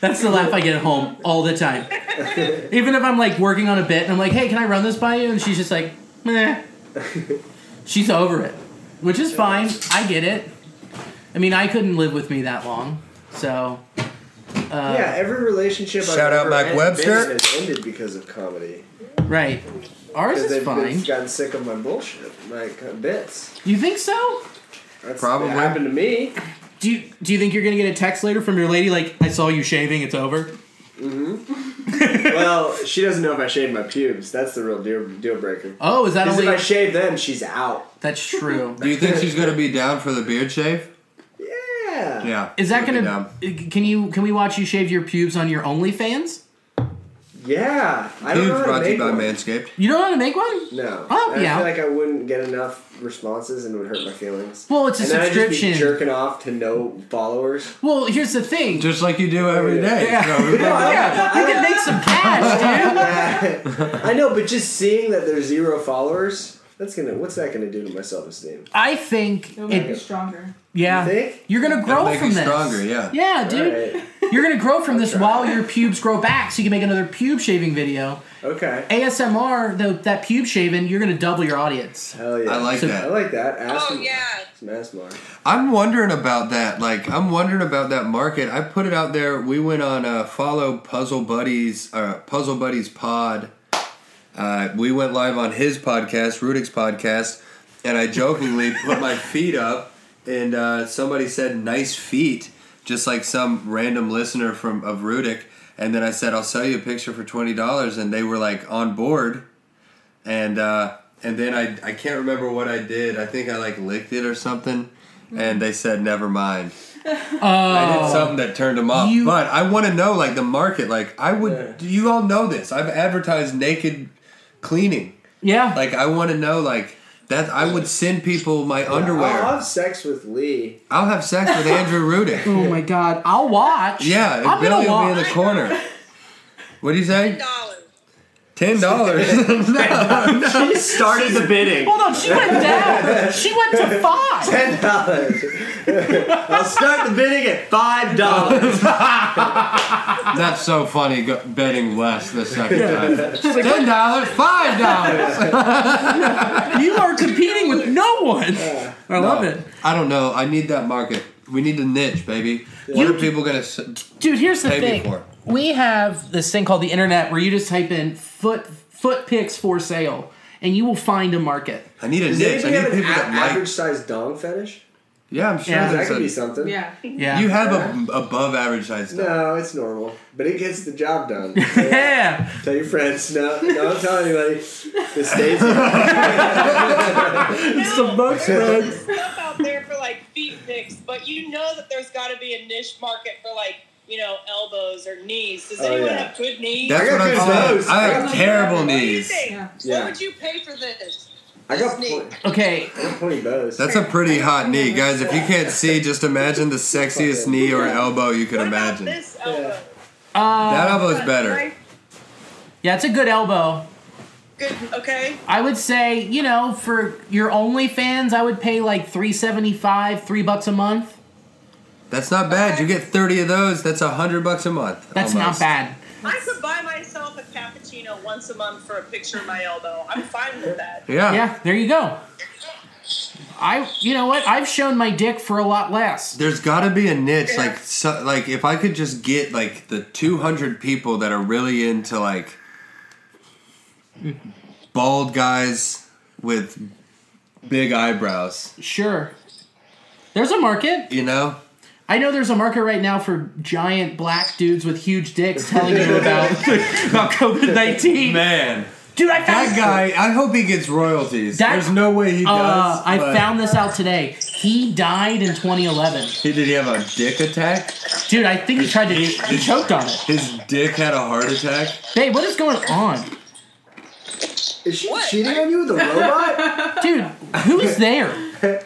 Speaker 3: That's the laugh I get at home all the
Speaker 8: [LAUGHS]
Speaker 3: time. Even if I'm like working on a bit and I'm like, "Hey, can I run this by you?" and she's just like,
Speaker 8: [LAUGHS]
Speaker 3: "Meh." She's over it, which is fine. I get it. I mean, I couldn't live with me that long, so uh,
Speaker 8: yeah, every relationship
Speaker 4: Shout
Speaker 8: I've
Speaker 4: out
Speaker 8: ever
Speaker 4: Mike
Speaker 8: en-
Speaker 4: Webster.
Speaker 8: been in has ended because of comedy.
Speaker 3: right. Ours
Speaker 8: Because
Speaker 3: is
Speaker 8: they've been,
Speaker 3: fine.
Speaker 8: gotten sick of my bullshit, my co- bits.
Speaker 3: You think so?
Speaker 8: That's
Speaker 4: Probably.
Speaker 8: That happened
Speaker 4: [LAUGHS]
Speaker 8: to me.
Speaker 3: Do you do you think you're gonna get a text later from your lady like, "I saw you shaving. It's over."
Speaker 8: well, she doesn't know if I shaved my pubes. That's the real deal, deal breaker.
Speaker 3: Oh, is that
Speaker 8: Because
Speaker 3: only?
Speaker 8: if I shave them, she's out.
Speaker 3: That's
Speaker 8: [LAUGHS]
Speaker 3: true.
Speaker 4: Do you think she's gonna be down for the beard shave?
Speaker 8: Yeah.
Speaker 4: Yeah.
Speaker 3: Is that
Speaker 4: she'll be
Speaker 3: gonna? Can you? Can we watch you shave your pubes on your OnlyFans?
Speaker 8: Yeah. I don't
Speaker 4: Dude's
Speaker 8: know how to
Speaker 4: brought to you
Speaker 8: make
Speaker 4: by
Speaker 8: one.
Speaker 4: Manscaped.
Speaker 3: You don't know how to make one?
Speaker 8: No.
Speaker 3: Oh,
Speaker 8: I
Speaker 3: yeah.
Speaker 8: feel like I wouldn't get enough responses and it would hurt my feelings.
Speaker 3: Well, it's a
Speaker 8: and then I'd just be
Speaker 3: subscription.
Speaker 8: jerking off to no followers.
Speaker 3: Well, here's the thing.
Speaker 4: Just like you do every day.
Speaker 3: Yeah.
Speaker 4: So we-
Speaker 3: [LAUGHS] yeah, I can make
Speaker 8: [LAUGHS]
Speaker 3: some cash, dude.
Speaker 8: I know, but just seeing that there's zero followers, that's gonna. What's that gonna do to my self esteem?
Speaker 3: I think
Speaker 10: It'll make
Speaker 3: it-
Speaker 10: it stronger.
Speaker 3: Yeah,
Speaker 8: You think?
Speaker 3: are gonna
Speaker 4: That'll
Speaker 3: grow
Speaker 4: make
Speaker 3: from
Speaker 4: you
Speaker 3: this.
Speaker 4: stronger, yeah.
Speaker 3: Yeah, dude.
Speaker 8: Right.
Speaker 3: You're gonna grow from this while your pubes grow back, so you can make another pube shaving video.
Speaker 8: Okay.
Speaker 3: ASMR, though that pube shaving, you're gonna double your audience.
Speaker 8: Hell yeah.
Speaker 4: I like
Speaker 8: I
Speaker 4: that.
Speaker 8: like that. Ass
Speaker 7: Oh yeah.
Speaker 8: Mass mark.
Speaker 4: I'm wondering about that. Like, I'm wondering about that market. I put it out there. We went on uh, follow Puzzle Buddies, uh, Puzzle Buddies Pod. Uh, we went live on his podcast, Rudick's podcast, and
Speaker 3: [LAUGHS]
Speaker 4: I jokingly put my feet up, and uh, somebody said "nice feet," just like some random listener from of Rudick. And then I said, "I'll sell you a picture for twenty dollars," and they were like on board. and uh, and then I I can't remember what I did. I think I like licked it or something, and they said never mind. I did something that turned them off.
Speaker 3: You-
Speaker 4: but I want to know like the market. Like I would. do You all know this. I've advertised naked cleaning.
Speaker 3: Yeah.
Speaker 4: Like I want to know like. That I would send people my underwear.
Speaker 8: I'll have sex with Lee.
Speaker 4: I'll have sex with Andrew Rudick.
Speaker 3: oh my god, I'll watch.
Speaker 4: Yeah,
Speaker 3: I'm
Speaker 4: Billy
Speaker 3: gonna
Speaker 4: will be in
Speaker 3: watch.
Speaker 4: the corner. What do you say?
Speaker 7: Dollars.
Speaker 4: Ten dollars.
Speaker 9: She started the bidding.
Speaker 3: Hold on, she went down. she went to five.
Speaker 8: Ten dollars. [LAUGHS]
Speaker 9: I'll start the bidding at five dollars.
Speaker 4: That's so funny. Go, betting less the second time. Ten dollars, five dollars.
Speaker 3: You are competing with no one. I [LAUGHS] love it,
Speaker 4: I don't know. I need that market. We need a niche, baby. What
Speaker 3: You-
Speaker 4: are people gonna? s-
Speaker 3: dude. Here's the
Speaker 4: Pay me
Speaker 3: thing:
Speaker 4: for it.
Speaker 3: we have this thing called the internet where you just type in foot foot picks for sale, and you will find a market.
Speaker 4: I need a
Speaker 8: Does
Speaker 4: niche. I
Speaker 8: anybody
Speaker 4: need
Speaker 8: have an a-
Speaker 4: people that
Speaker 8: average
Speaker 4: like.
Speaker 8: sized dong fetish?
Speaker 4: Yeah, I'm sure
Speaker 3: Yeah.
Speaker 8: That
Speaker 4: there's
Speaker 8: could
Speaker 4: a-
Speaker 8: be something.
Speaker 10: Yeah.
Speaker 3: Yeah,
Speaker 4: You have a above average size stuff.
Speaker 8: No, it's normal, but it gets the job done.
Speaker 3: [LAUGHS] yeah.
Speaker 8: tell your friends. No, don't tell anybody. The states.
Speaker 3: It's the most
Speaker 7: There's stuff out there for like feet picks, but you know that there's got to be a niche market for like you know elbows or knees. Does
Speaker 8: Oh,
Speaker 7: anyone
Speaker 8: yeah.
Speaker 7: have good knees?
Speaker 4: That's
Speaker 8: I got
Speaker 4: what I'm
Speaker 8: good
Speaker 4: saying.
Speaker 8: nose.
Speaker 4: I
Speaker 8: I
Speaker 4: have
Speaker 8: got-
Speaker 4: terrible
Speaker 7: what do you
Speaker 4: knees.
Speaker 7: think?
Speaker 8: Yeah.
Speaker 7: What would you pay for this?
Speaker 8: I got
Speaker 7: Disney.
Speaker 8: plenty,
Speaker 3: Okay,
Speaker 8: I got plenty of those.
Speaker 4: That's a pretty hot knee, guys. If you can't see, just imagine the sexiest knee or elbow you could
Speaker 7: What
Speaker 4: imagine.
Speaker 7: about this elbow?
Speaker 4: That elbow's better.
Speaker 7: Right?
Speaker 3: uh, yeah, it's a good elbow.
Speaker 7: Good. Okay.
Speaker 3: I would say, you know, for your OnlyFans, I would pay like three seventy five, three bucks a month.
Speaker 4: That's not bad. You get 30 of those. That's a hundred bucks a month.
Speaker 3: That's
Speaker 4: almost.
Speaker 3: not bad.
Speaker 7: I could buy myself a cappuccino once a month for a picture of my elbow. I'm fine with that.
Speaker 3: Yeah, there you go. I, you know what? I've shown my dick for a lot less.
Speaker 4: There's got to be a niche,
Speaker 7: Yeah.
Speaker 4: like so, like if I could just get like the 200 people that are really into like bald guys with big eyebrows,
Speaker 3: Sure. There's a market.
Speaker 4: you know.
Speaker 3: I know there's a market right now for giant black dudes with huge dicks telling you
Speaker 4: [LAUGHS]
Speaker 3: about, about COVID 19.
Speaker 4: Man,
Speaker 3: Dude, I found
Speaker 4: that guy. I hope he gets royalties.
Speaker 3: That-
Speaker 4: There's no way he does.
Speaker 3: Uh, I
Speaker 4: but-
Speaker 3: found this out today. He died in 2011.
Speaker 4: He, did he have a dick attack?
Speaker 3: Dude, I think he tried to. He choked on it.
Speaker 4: His dick had a heart attack.
Speaker 3: Babe, what is going on?
Speaker 8: Is she
Speaker 7: What?
Speaker 8: cheating on you with a [LAUGHS] robot?
Speaker 3: Dude, who's there?
Speaker 4: [LAUGHS]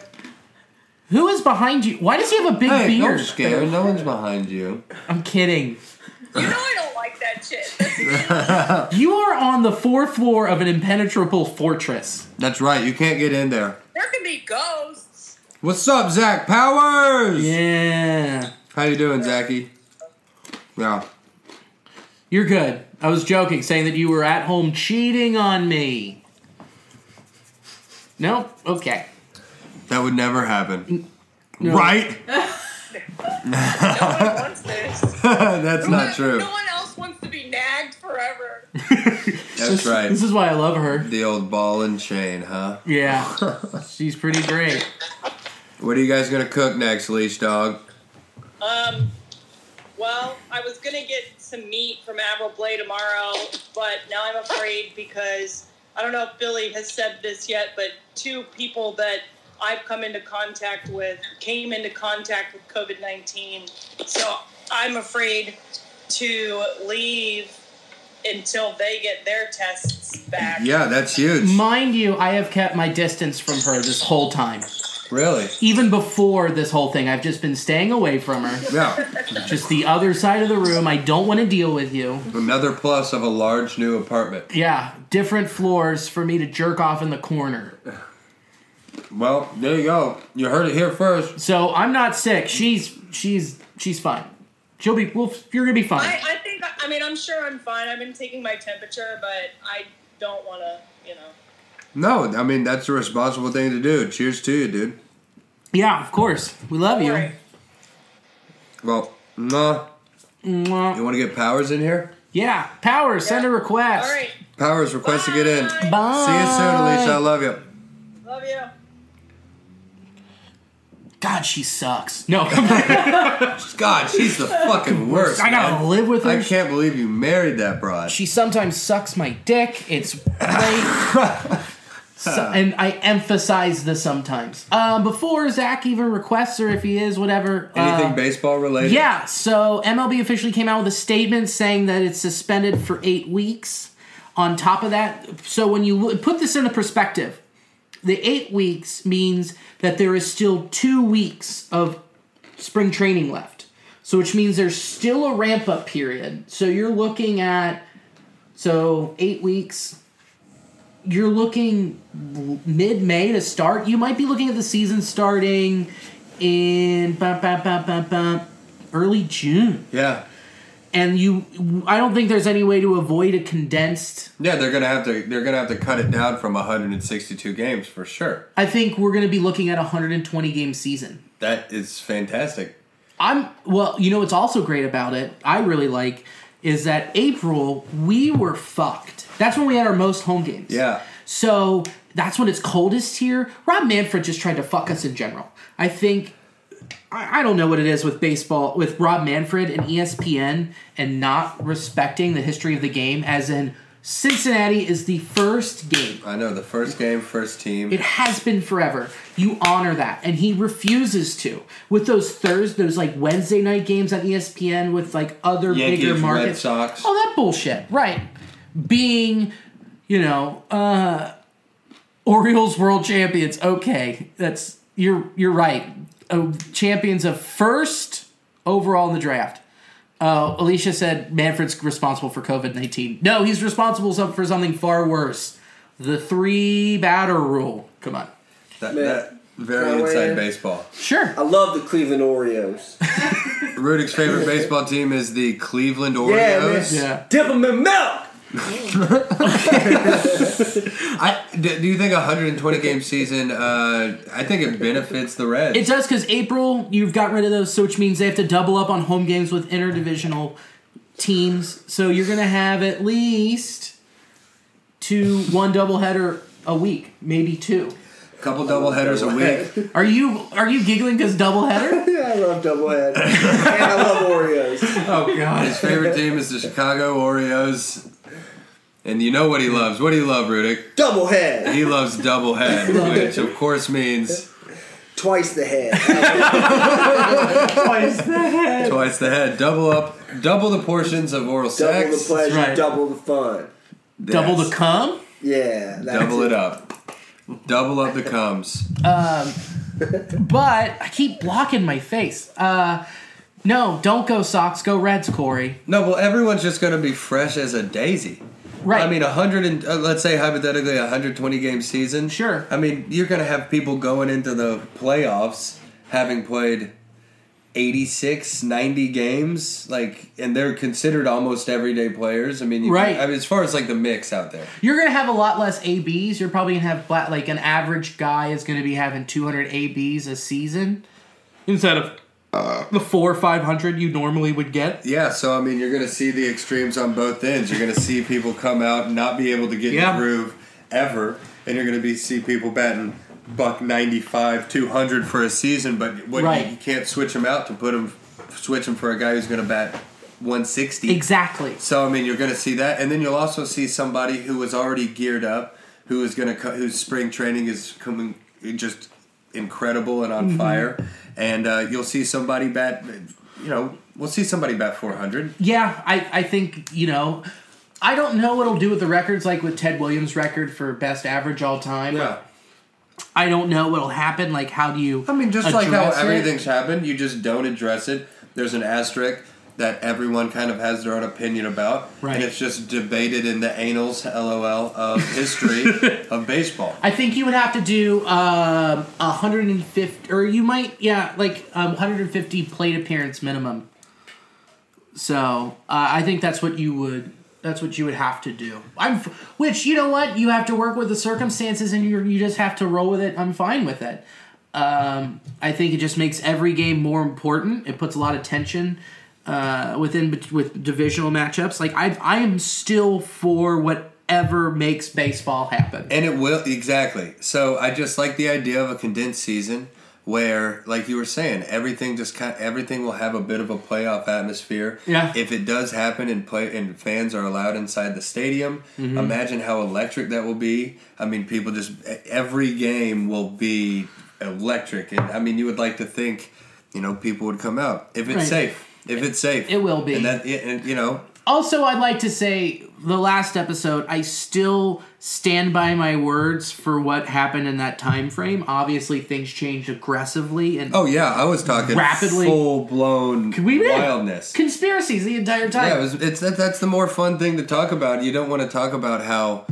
Speaker 3: Who is behind you? Why does he have a big
Speaker 4: Hey,
Speaker 3: beard?
Speaker 4: don't scare. No one's behind you.
Speaker 3: I'm kidding.
Speaker 7: You know I don't like that shit.
Speaker 3: You are on the fourth floor of an impenetrable fortress.
Speaker 4: That's right. You can't get in there.
Speaker 7: There can be ghosts.
Speaker 4: What's up, Zach Powers?
Speaker 3: Yeah.
Speaker 4: How you doing, Zachy? Yeah.
Speaker 3: You're good. I was joking, saying that you were at home cheating on me. No? Okay.
Speaker 4: That would never happen. Right? [LAUGHS]
Speaker 7: No one wants this.
Speaker 4: That's not true.
Speaker 7: No one else wants to be nagged forever.
Speaker 4: That's right.
Speaker 3: This is why I love her.
Speaker 4: The old ball and chain, huh? [LAUGHS]
Speaker 3: Yeah. She's pretty great.
Speaker 4: What are you guys gonna cook next, leash dog?
Speaker 7: Um, well, I was gonna get some meat from Avril Blay tomorrow, but now I'm afraid because I don't know if Billy has said this yet, but two people that I've come into contact with came into contact with COVID nineteen, so I'm afraid to leave until they get their tests back.
Speaker 4: Yeah, that's huge.
Speaker 3: Mind you, I have kept my distance from her this whole time.
Speaker 4: really?
Speaker 3: Even before this whole thing, I've just been staying away from her.
Speaker 4: Yeah.
Speaker 3: Just the other side of the room. I don't want to deal with you.
Speaker 4: Another plus of a large new apartment.
Speaker 3: Yeah, different floors for me to jerk off in the corner.
Speaker 4: Well, there you go. You heard it here first.
Speaker 3: So I'm not sick. She's she's she's fine. She'll be. Well, you're gonna be fine.
Speaker 7: I, I think. I mean, I'm sure I'm fine. I've been taking my temperature, but I don't want to. You know.
Speaker 4: No, I mean that's the responsible thing to do. Cheers to you, dude.
Speaker 3: yeah, of course. We love you.
Speaker 7: Worry.
Speaker 4: Well, nah.
Speaker 3: Mwah.
Speaker 4: You want to get Powers in here?
Speaker 3: Yeah, power. Send a request.
Speaker 7: All right.
Speaker 4: Powers, request to get in.
Speaker 7: Bye.
Speaker 3: Bye.
Speaker 4: See you soon, Alicia. I love you.
Speaker 7: Love you.
Speaker 3: God, she sucks. No, [LAUGHS]
Speaker 4: God, she's the fucking worst.
Speaker 3: I gotta
Speaker 4: man.
Speaker 3: live with her.
Speaker 4: I can't believe you married that broad.
Speaker 3: she sometimes sucks my dick. It's great.
Speaker 4: [LAUGHS]
Speaker 3: So- and I emphasize the sometimes. Um, before Zach even requests her, if he is, whatever.
Speaker 4: Anything
Speaker 3: uh,
Speaker 4: baseball related?
Speaker 3: Yeah, so MLB officially came out with a statement saying that it's suspended for eight weeks. On top of that, so when you lo- put this into perspective, the eight weeks means that there is still two weeks of spring training left. So, which means there's still a ramp up period. So, you're looking at, so eight weeks, you're looking mid May to start. You might be looking at the season starting in bum, bum, bum, bum, bum, early June.
Speaker 4: Yeah.
Speaker 3: And you, I don't think there's any way to avoid a condensed.
Speaker 4: Yeah, they're gonna have to they're gonna have to cut it down from 162 games for sure.
Speaker 3: I think we're going to be looking at a 120 game season.
Speaker 4: That is fantastic.
Speaker 3: I'm well, you know what's also great about it, I really like, is that April, we were fucked. That's when we had our most home games.
Speaker 4: Yeah.
Speaker 3: So that's when it's coldest here. Rob Manfred just tried to fuck us in general. I think I, I don't know what it is with baseball with Rob Manfred and E ESPN and not respecting the history of the game, as in Cincinnati is the first game
Speaker 4: I know the first game, first team.
Speaker 3: it has been forever. You honor that, and he refuses to. With those Thursdays, those like Wednesday night games on E ESPN with like other
Speaker 4: Yankees,
Speaker 3: bigger
Speaker 4: Red
Speaker 3: markets.
Speaker 4: Sox.
Speaker 3: Oh, that bullshit! Right, being, you know, uh, Orioles world champions. Okay, that's you're you're right. Uh, champions of first overall in the draft. Uh, Alicia said Manfred's responsible for COVID nineteen. No, he's responsible some- for something far worse. The three batter rule. Come on.
Speaker 4: that,
Speaker 8: Man.
Speaker 4: that very
Speaker 8: Can I weigh
Speaker 4: inside
Speaker 8: in?
Speaker 4: baseball.
Speaker 3: Sure.
Speaker 8: I love the Cleveland Oreos.
Speaker 4: Rudick's
Speaker 3: [LAUGHS]
Speaker 4: favorite baseball team is the Cleveland
Speaker 8: Yeah, man.
Speaker 4: Oreos.
Speaker 3: Yeah.
Speaker 8: Dip them in milk.
Speaker 4: I do do you think a 120 game season? Uh, I think it benefits the Reds.
Speaker 3: It does because April, you've got rid of those, so which means they have to double up on home games with interdivisional teams. So you're going to have at least two, one doubleheader a week, maybe two.
Speaker 4: a couple double headers
Speaker 3: [LAUGHS]
Speaker 4: a week.
Speaker 3: Are you are you giggling because
Speaker 4: [LAUGHS]
Speaker 3: doubleheader?
Speaker 8: Yeah, I love Doublehead. and I love Oreos.
Speaker 3: oh God!
Speaker 4: His favorite team is the Chicago Oreos. And you know what he loves? What do you love, Rudick?
Speaker 8: Doublehead.
Speaker 4: He loves double
Speaker 8: [LAUGHS]
Speaker 4: head, which of course means
Speaker 8: Twice the head.
Speaker 4: twice the head. Double up, double the portions of oral
Speaker 8: Double the
Speaker 4: sex.
Speaker 8: pleasure,
Speaker 3: right.
Speaker 8: double the fun.
Speaker 4: Yes.
Speaker 3: Double the cum.
Speaker 8: Yeah. That's
Speaker 4: Double it up. Double up the comes.
Speaker 3: but I keep blocking my face. Uh, no, don't go Sox. Go Reds, Corey.
Speaker 4: No, well, everyone's just going to be fresh as a daisy.
Speaker 3: Right.
Speaker 4: I mean, a hundred and uh, let's say hypothetically a hundred twenty game season.
Speaker 3: Sure.
Speaker 4: I mean, you're going to have people going into the playoffs having played 86, 90 games, like, and they're considered almost everyday players. I mean, you
Speaker 3: Right.
Speaker 4: I mean, as far as like the mix out there.
Speaker 3: you're gonna have a lot less abs you're probably gonna have bla- like an average guy is gonna be having 200 abs a season instead of
Speaker 4: Uh.
Speaker 3: the four or 500 you normally would get
Speaker 4: Yeah, so I mean, you're going to see the extremes on both ends. You're going to see people come out and not be able to get in
Speaker 3: Yeah.
Speaker 4: the groove ever, and you're going to be see people batting buck 95, 200 for a season, but what,
Speaker 3: Right.
Speaker 4: you, you can't switch them out to put them switch them for a guy who's going to bat 160.
Speaker 3: exactly
Speaker 4: So I mean, you're going to see that, and then you'll also see somebody who was already geared up, who is going to co- whose spring training is coming just incredible and on fire, and uh, you'll see somebody bat. You know, we'll see somebody bat 400.
Speaker 3: yeah i i think you know i don't know what it'll do with the records like with ted williams record for best average all time i don't know what'll happen like how do you
Speaker 4: I mean, just like how
Speaker 3: address it?
Speaker 4: everything's happened, you just don't address it. There's an asterisk that everyone kind of has their own opinion about,
Speaker 3: Right.
Speaker 4: and it's just debated in the annals, lol, of history of baseball.
Speaker 3: I think you would have to do um, 150, or you might, yeah, like um, 150 plate appearance minimum. So uh, I think that's what you would that's what you would have to do. I'm f- which you know what you have to work with the circumstances and you you just have to roll with it. I'm fine with it. Um, I think it just makes every game more important. It puts a lot of tension uh, within bet- with divisional matchups. Like I I am still for whatever makes baseball happen.
Speaker 4: And it will exactly. So I just like the idea of a condensed season where, like you were saying, everything just kind everything will have a bit of a playoff atmosphere.
Speaker 3: Yeah.
Speaker 4: If it does happen and play and fans are allowed inside the stadium,
Speaker 3: Mm-hmm.
Speaker 4: imagine how electric that will be. I mean, people just e, every game will be electric, and I mean, you would like to think, you know, people would come out if it's
Speaker 3: Right.
Speaker 4: safe. If it's safe,
Speaker 3: It will be.
Speaker 4: And that, and, you know,
Speaker 3: Also, I'd like to say the last episode, I still stand by my words for what happened in that time frame. Obviously, things changed aggressively and
Speaker 4: oh yeah, I was talking
Speaker 3: Rapidly-
Speaker 4: full blown
Speaker 3: we did.
Speaker 4: wildness.
Speaker 3: conspiracies the entire time.
Speaker 4: Yeah, it was, it's that, that's the more fun thing to talk about. You don't want to talk about how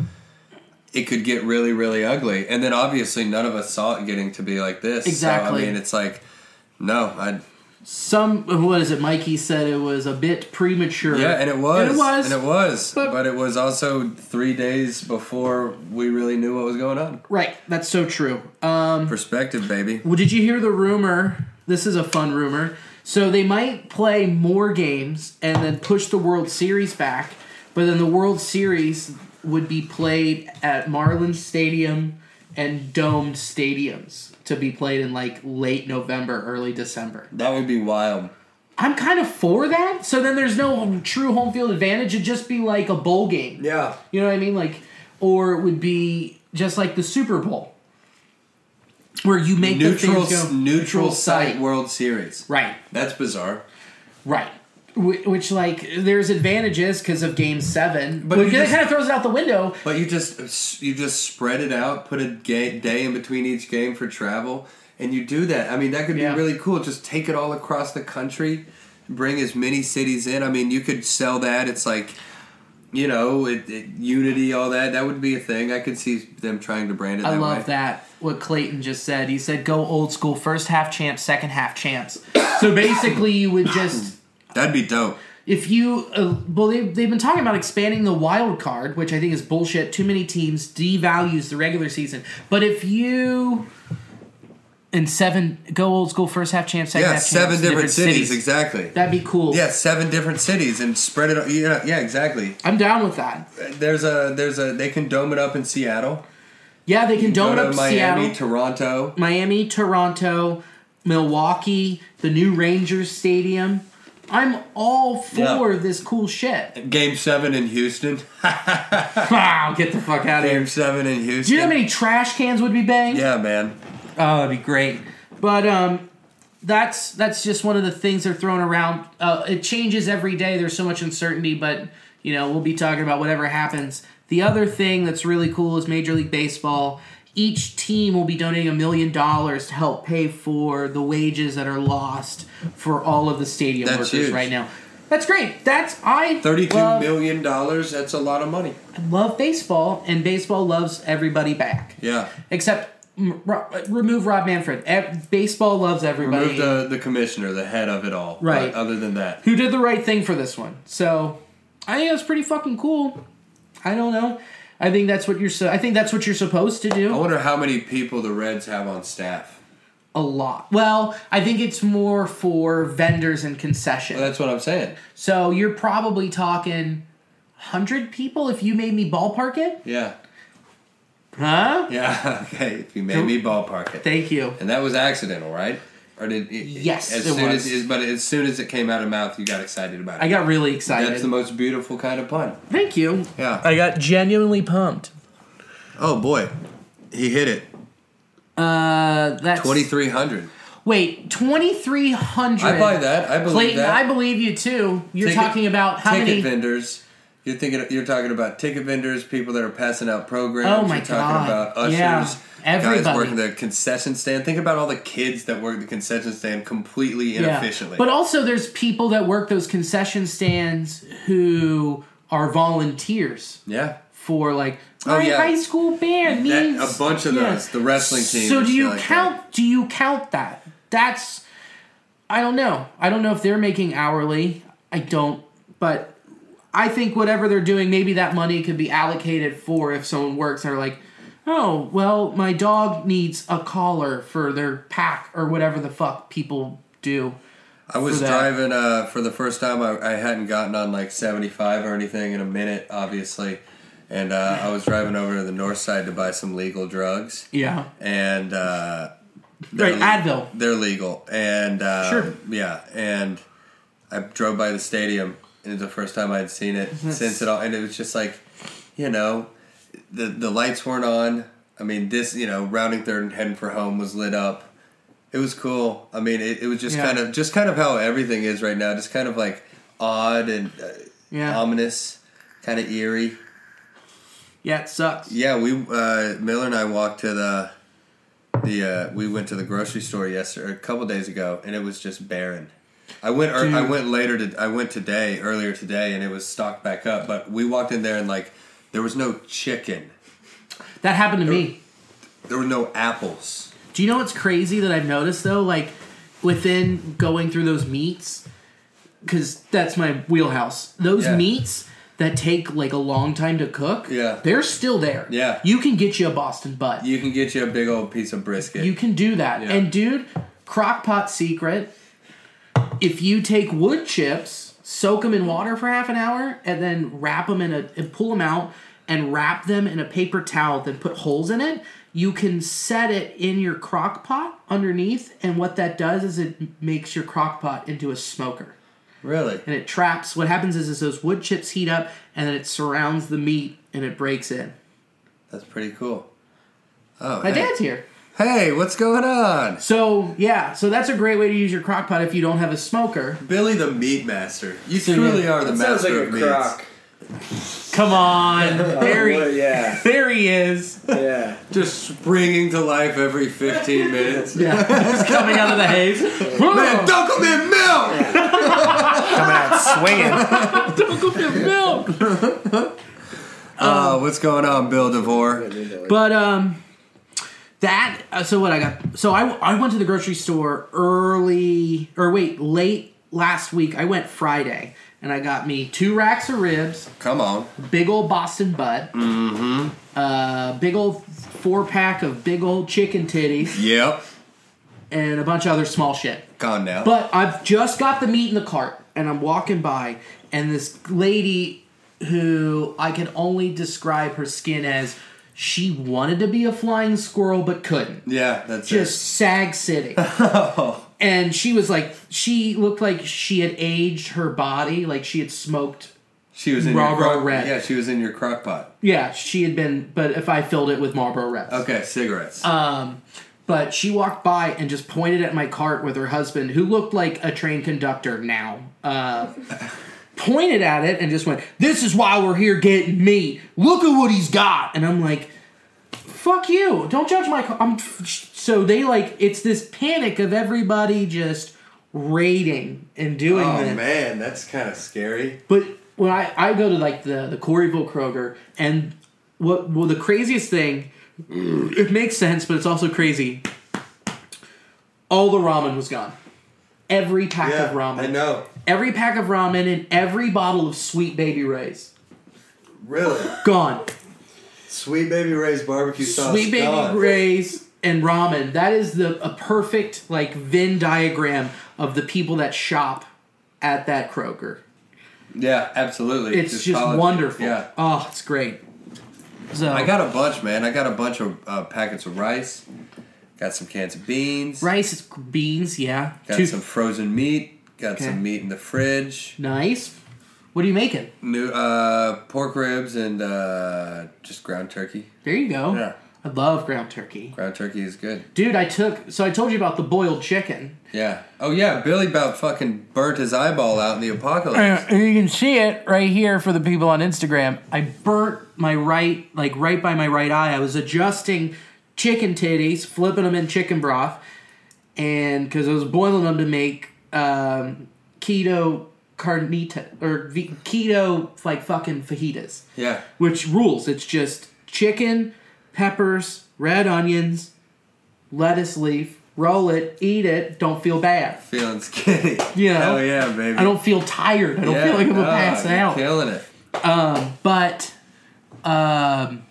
Speaker 4: it could get really, really ugly, and then obviously none of us saw it getting to be like this. So,
Speaker 3: Exactly.
Speaker 4: I mean, it's like no, I
Speaker 3: Some what is it? Mikey said it was a bit premature.
Speaker 4: yeah, and it was,
Speaker 3: And it was.
Speaker 4: and it was,
Speaker 3: But-
Speaker 4: but, it was also three days before we really knew what was going on.
Speaker 3: right. That's so true. Um,
Speaker 4: Perspective, baby.
Speaker 3: Well, did you hear the rumor? This is a fun rumor. So they might play more games and then push the World Series back, but then the World Series would be played at Marlins Stadium and domed stadiums to be played in like late November, early December.
Speaker 4: That would be wild.
Speaker 3: I'm kind of for that. So then there's no true home field advantage. It'd just be like a bowl game.
Speaker 8: Yeah.
Speaker 3: You know what I mean? Like, or it would be just like the Super Bowl, where you make
Speaker 4: Neutral,
Speaker 3: the things go,
Speaker 4: neutral, site World Series.
Speaker 3: Right,
Speaker 4: That's bizarre.
Speaker 3: right. Wh- Which like there's advantages because of Game Seven, but
Speaker 4: But you
Speaker 3: it
Speaker 4: just-
Speaker 3: kind of throws it out the window.
Speaker 4: But you just you just spread it out, put a ga- day in between each game for travel, and you do that. I mean, that could
Speaker 3: Yeah.
Speaker 4: be really cool. Just take it all across the country, bring as many cities in. I mean, you could sell that. It's like, you know, it, it, unity, all that. That would be a thing. I could see them trying to brand it.
Speaker 3: I
Speaker 4: that
Speaker 3: love
Speaker 4: way.
Speaker 3: that what Clayton just said. He said, "Go old school, first half champs, second half champs." so basically, you would just
Speaker 4: That'd be dope.
Speaker 3: if you uh, well they've, they've been talking about expanding the wild card which i think is bullshit too many teams devalues the regular season but if you in seven go old school first half champ second
Speaker 4: Yeah,
Speaker 3: half
Speaker 4: seven
Speaker 3: champs,
Speaker 4: different, cities, exactly.
Speaker 3: that'd be cool
Speaker 4: yeah, seven different cities and spread it. Yeah, yeah, exactly.
Speaker 3: i'm down with that
Speaker 4: There's a there's a they can dome it up in Seattle.
Speaker 3: yeah they can dome
Speaker 4: Go
Speaker 3: it
Speaker 4: to
Speaker 3: up
Speaker 4: Miami,
Speaker 3: seattle
Speaker 4: Toronto.
Speaker 3: miami toronto milwaukee the new rangers stadium i'm all for
Speaker 4: Yeah.
Speaker 3: this cool shit [LAUGHS]
Speaker 4: Game seven in Houston.
Speaker 3: wow get the fuck out of here
Speaker 4: Game seven in Houston.
Speaker 3: do you know how many trash cans would be banged
Speaker 4: Yeah, man.
Speaker 3: Oh, that'd be great. But um, that's that's just one of the things they're throwing around. Uh, it changes every day. There's so much uncertainty, but you know we'll be talking about whatever happens. The other thing that's really cool is Major League Baseball. Each team will be donating a million dollars to help pay for the wages that are lost for all of the stadium
Speaker 4: That's
Speaker 3: workers
Speaker 4: huge.
Speaker 3: right now. That's great. That's I
Speaker 4: Thirty-two million
Speaker 3: love,
Speaker 4: dollars. That's a lot of money.
Speaker 3: love baseball, and baseball loves everybody back.
Speaker 4: Yeah.
Speaker 3: Except m- ro- remove Rob Manfred. Ev- baseball loves everybody.
Speaker 4: Remove the the commissioner, the head of it all.
Speaker 3: Right.
Speaker 4: But other than that,
Speaker 3: who did the right thing for this one. So I think that's pretty fucking cool. I don't know. I think that's what you're. su- I think that's what you're supposed to
Speaker 4: I
Speaker 3: do.
Speaker 4: wonder how many people the Reds have on staff.
Speaker 3: A lot. Well, I think it's more for vendors and concessions.
Speaker 4: That's what I'm saying.
Speaker 3: so you're probably talking hundred people if you made me ballpark it,
Speaker 4: Yeah.
Speaker 3: huh?
Speaker 4: Yeah. [LAUGHS] Okay. If you made me ballpark it,
Speaker 3: Thank you.
Speaker 4: and that was accidental, right? Or did it,
Speaker 3: Yes,
Speaker 4: As
Speaker 3: it
Speaker 4: soon
Speaker 3: was.
Speaker 4: as but as soon as it came out of mouth, you got excited about it.
Speaker 3: I got really excited.
Speaker 4: That's the most beautiful kind of pun.
Speaker 3: Thank you.
Speaker 4: Yeah.
Speaker 3: I got genuinely pumped.
Speaker 4: Oh boy, he hit it.
Speaker 3: Uh, that's
Speaker 4: Twenty three hundred.
Speaker 3: Wait, twenty three hundred.
Speaker 4: I buy that. I believe
Speaker 3: Clayton,
Speaker 4: that.
Speaker 3: I believe you too. You're
Speaker 4: Ticket-
Speaker 3: talking about how
Speaker 4: ticket
Speaker 3: many
Speaker 4: vendors. You're thinking you're talking about ticket vendors, people that are passing out programs.
Speaker 3: Oh my
Speaker 4: you're
Speaker 3: God.
Speaker 4: talking about ushers,
Speaker 3: Yeah. Everybody.
Speaker 4: guys working the concession stand. Think about all the kids that work the concession stand completely inefficiently.
Speaker 3: But also, there's people that work those concession stands who are volunteers
Speaker 4: yeah.
Speaker 3: for like
Speaker 4: Oh,
Speaker 3: my
Speaker 4: yeah.
Speaker 3: high school band
Speaker 4: That-
Speaker 3: needs
Speaker 4: a bunch of
Speaker 3: yeah.
Speaker 4: those, the wrestling team.
Speaker 3: So do you
Speaker 4: like that.
Speaker 3: count? Do you count that? That's I don't know. I don't know if they're making hourly. I don't, but I think whatever they're doing, maybe that money could be allocated for if someone works. They're like, oh, well, my dog needs a collar for their pack or whatever the fuck people do.
Speaker 4: I was
Speaker 3: for that.
Speaker 4: driving uh, for the first time. I, I hadn't gotten on like 75 or anything in a minute, obviously. And uh, I was driving over to the north side to buy some legal drugs.
Speaker 3: Yeah.
Speaker 4: And uh,
Speaker 3: Right,
Speaker 4: they're-
Speaker 3: Advil.
Speaker 4: They're legal. And uh,
Speaker 3: Sure.
Speaker 4: Yeah. And I drove by the stadium, and it's the first time I'd seen it
Speaker 3: Mm-hmm.
Speaker 4: since it all. And it was just like, you know, the the lights weren't on. I mean, this, you know, rounding third and heading for home was lit up. It was cool. I mean, it, it was just
Speaker 3: Yeah.
Speaker 4: kind of just kind of how everything is right now. Just kind of like odd and uh,
Speaker 3: Yeah.
Speaker 4: ominous, kind of eerie.
Speaker 3: Yeah, it sucks.
Speaker 4: Yeah, we uh, Miller and I walked to the the uh, we went to the grocery store yesterday, a couple days ago, and it was just barren. I went or, I
Speaker 3: Dude.
Speaker 4: went later to I went today earlier today, and it was stocked back up. But we walked in there and like there was no chicken,
Speaker 3: That happened to me.
Speaker 4: there were no apples.
Speaker 3: Do you know what's crazy that I've noticed though? Like within going through those meats, because that's my wheelhouse. Those
Speaker 4: Yeah.
Speaker 3: meats that take like a long time to cook,
Speaker 4: Yeah.
Speaker 3: they're still there.
Speaker 4: Yeah.
Speaker 3: you can get you a Boston butt. You,
Speaker 4: You can get you a big old piece of brisket.
Speaker 3: can do that.
Speaker 4: Yeah.
Speaker 3: And dude, crockpot secret: if you take wood chips, soak them in water for half an hour, and then wrap them in a and pull them out and wrap them in a paper towel, then put holes in it. You can set it in your crock pot underneath, and what that does is it makes your crock pot into a smoker.
Speaker 4: really?
Speaker 3: And it traps what happens is, is those wood chips heat up and then it surrounds the meat and it breaks in.
Speaker 4: That's pretty cool. Oh,
Speaker 3: My
Speaker 4: hey.
Speaker 3: dad's here.
Speaker 4: Hey, what's going on?
Speaker 3: So yeah, so that's a great way to use your crock pot if you don't have a smoker.
Speaker 4: Billy the Meat Master. You
Speaker 3: So,
Speaker 4: truly
Speaker 3: yeah.
Speaker 4: are the
Speaker 8: Sounds
Speaker 4: master
Speaker 8: like
Speaker 4: of
Speaker 8: a
Speaker 4: meats.
Speaker 8: crock.
Speaker 3: Come on. [LAUGHS] There
Speaker 8: Well,
Speaker 3: he,
Speaker 8: yeah,
Speaker 3: there he is.
Speaker 8: yeah.
Speaker 4: Just springing to life every 15 minutes.
Speaker 3: Yeah. He's coming out of the [LAUGHS] haze.
Speaker 4: Man, don't come in milk!
Speaker 11: Coming out swinging.
Speaker 3: milk.
Speaker 4: Uh, what's going on, Bill DeVore?
Speaker 3: But um, that uh, so what I got. So I I went to the grocery store early or wait late last week. I went Friday and I got me two racks of ribs,
Speaker 4: Come on.
Speaker 3: big old Boston butt, mm-hmm. uh, big old four pack of big old chicken titties,
Speaker 4: Yep.
Speaker 3: and a bunch of other small shit.
Speaker 4: Gone now.
Speaker 3: But I've just got the meat in the cart, and I'm walking by, and this lady who I can only describe her skin as she wanted to be a flying squirrel but couldn't.
Speaker 4: yeah, Oh. that's
Speaker 3: Just sag
Speaker 4: [LAUGHS]
Speaker 3: sitting. And she was like, she looked like she had aged her body, like she had smoked.
Speaker 4: it. She was in
Speaker 3: Raw,
Speaker 4: your
Speaker 3: raw
Speaker 4: crock-
Speaker 3: rat.
Speaker 4: Yeah, she was in your crock pot.
Speaker 3: Yeah, she had been, but if I filled it with Marlboro Reds.
Speaker 4: Okay, cigarettes.
Speaker 3: Um, But she walked by and just pointed at my cart with her husband, who looked like a train conductor now. Uh, [LAUGHS] pointed at it and just went, This is why we're here getting meat. Look at what he's got. And I'm like, Fuck you. Don't judge my car. I'm so they like, it's this panic of everybody just raiding and doing
Speaker 4: oh,
Speaker 3: this.
Speaker 4: man, that's kind of scary.
Speaker 3: But when I, I go to like the the Coryville Kroger and what well the craziest thing [CLEARS THROAT] it makes sense but it's also crazy. All the ramen was gone. Every pack
Speaker 4: Yeah,
Speaker 3: of ramen.
Speaker 4: I know.
Speaker 3: Every pack of ramen and every bottle of sweet baby rays.
Speaker 4: Really?
Speaker 3: Gone.
Speaker 4: Sweet Baby Ray's barbecue sauce.
Speaker 3: Sweet Baby
Speaker 4: gone.
Speaker 3: Ray's and ramen. That is the a perfect like Venn diagram of the people that shop at that Kroger.
Speaker 4: Yeah, absolutely.
Speaker 3: It's just,
Speaker 4: college-
Speaker 3: wonderful.
Speaker 4: Yeah.
Speaker 3: Oh, it's great. So
Speaker 4: I got a bunch, man. I got a bunch of uh, packets of rice. Got some cans of beans.
Speaker 3: Rice, it's beans, yeah.
Speaker 4: Got
Speaker 3: Two-
Speaker 4: some frozen meat. Got
Speaker 3: Okay.
Speaker 4: some meat in the fridge.
Speaker 3: nice. What are you making?
Speaker 4: New uh, pork ribs and uh, just ground turkey.
Speaker 3: There you go.
Speaker 4: Yeah.
Speaker 3: I love ground turkey.
Speaker 4: Ground turkey is good.
Speaker 3: Dude, I took so I told you about the boiled chicken.
Speaker 4: Yeah. Oh yeah, Billy about fucking burnt his eyeball out in the apocalypse.
Speaker 3: you can see it right here for the people on Instagram. I burnt my right like right by my right eye. I was adjusting chicken titties, flipping them in chicken broth, and because I was boiling them to make um, keto carnita or v- keto like fucking fajitas.
Speaker 4: Yeah.
Speaker 3: which rules. It's just chicken, peppers, red onions, lettuce leaf, roll it, eat it, don't feel bad.
Speaker 4: Feeling skinny.
Speaker 3: [LAUGHS] Yeah.
Speaker 4: Hell yeah, baby.
Speaker 3: I don't feel tired. I don't feel like I'm gonna
Speaker 4: Ah,
Speaker 3: pass
Speaker 4: you're
Speaker 3: out.
Speaker 4: Killing it.
Speaker 3: But um,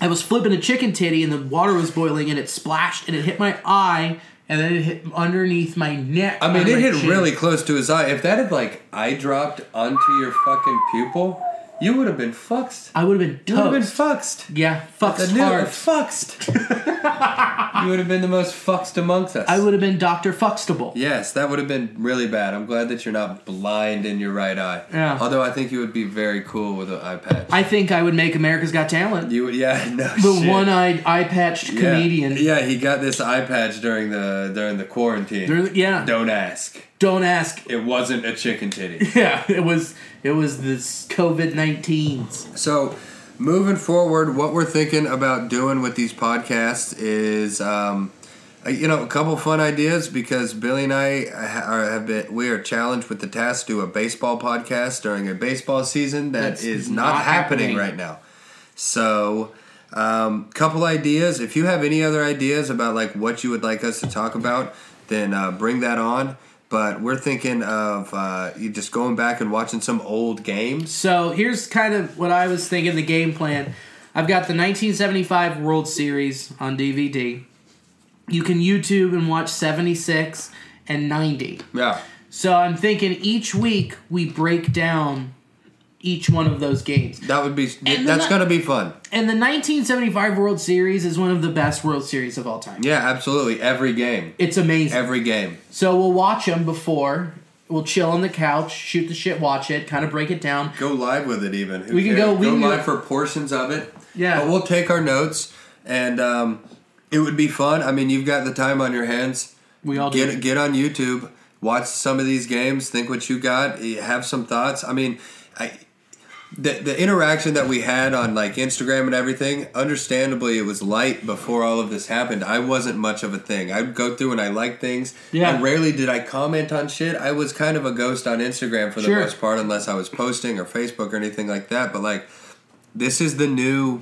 Speaker 3: I was flipping a chicken titty and the water was boiling and it splashed and it hit my eye and then it hit underneath my neck.
Speaker 4: I mean,
Speaker 3: under
Speaker 4: it
Speaker 3: my
Speaker 4: hit
Speaker 3: chin.
Speaker 4: really close to his eye. If that had like eye dropped onto your fucking pupil, you would have been fucked.
Speaker 3: I would have been
Speaker 4: You would have been
Speaker 3: toast.
Speaker 4: fucked.
Speaker 3: yeah, fucked
Speaker 4: The new-
Speaker 3: hard. [LAUGHS]
Speaker 4: fucked. you would have been the most fucked amongst us.
Speaker 3: I would have been Doctor Fuckstable.
Speaker 4: Yes, that would have been really bad. I'm glad that you're not blind in your right eye.
Speaker 3: Yeah.
Speaker 4: Although I think you would be very cool with an eye patch.
Speaker 3: I think I would make America's Got Talent.
Speaker 4: you would, yeah, [LAUGHS] no
Speaker 3: the
Speaker 4: shit.
Speaker 3: one-eyed, eye-patched
Speaker 4: Yeah.
Speaker 3: comedian.
Speaker 4: Yeah, he got this eye patch during the during the quarantine.
Speaker 3: During- yeah.
Speaker 4: Don't ask.
Speaker 3: Don't ask. [LAUGHS]
Speaker 4: It wasn't a chicken titty.
Speaker 3: Yeah, it was it was this COVID nineteen.
Speaker 4: So, moving forward, what we're thinking about doing with these podcasts is, um, uh, you know, a couple fun ideas because Billy and I ha- are, have been we are challenged with the task to do a baseball podcast during a baseball season That's
Speaker 3: That's
Speaker 4: not,
Speaker 3: not happening.
Speaker 4: happening, right now. So. Um, couple ideas. If you have any other ideas about like what you would like us to talk about, then uh, bring that on. But we're thinking of uh, you just going back and watching some old games.
Speaker 3: So here's kind of what I was thinking the game plan. I've got the 1975 World Series on DVD. You can YouTube and watch 76 and 90.
Speaker 4: Yeah.
Speaker 3: So I'm thinking each week we break down each one of those games.
Speaker 4: That would be.
Speaker 3: then
Speaker 4: that's
Speaker 3: that-
Speaker 4: going to be fun.
Speaker 3: And the 1975 World Series is one of the best World Series of all time.
Speaker 4: Yeah, absolutely. Every game.
Speaker 3: It's amazing.
Speaker 4: Every game.
Speaker 3: So we'll watch them before. We'll chill on the couch, shoot the shit, watch it, kind of break it down.
Speaker 4: Go live with it, even. Who
Speaker 3: We can
Speaker 4: cares?
Speaker 3: go- we can go-
Speaker 4: live for portions of it.
Speaker 3: Yeah.
Speaker 4: But we'll take our notes, and um, it would be fun. I mean, you've got the time on your hands.
Speaker 3: We all do.
Speaker 4: Get get on YouTube, watch some of these games, think what you got, eh, have some thoughts. I mean, I. The, the interaction that we had on like Instagram and everything, understandably, it was light before all of this happened. I wasn't much of a thing. I'd go through and I like things.
Speaker 3: Yeah.
Speaker 4: I rarely did I comment on shit. I was kind of a ghost on Instagram for the
Speaker 3: Sure.
Speaker 4: most part, unless I was posting or Facebook or anything like that. But like, this is the new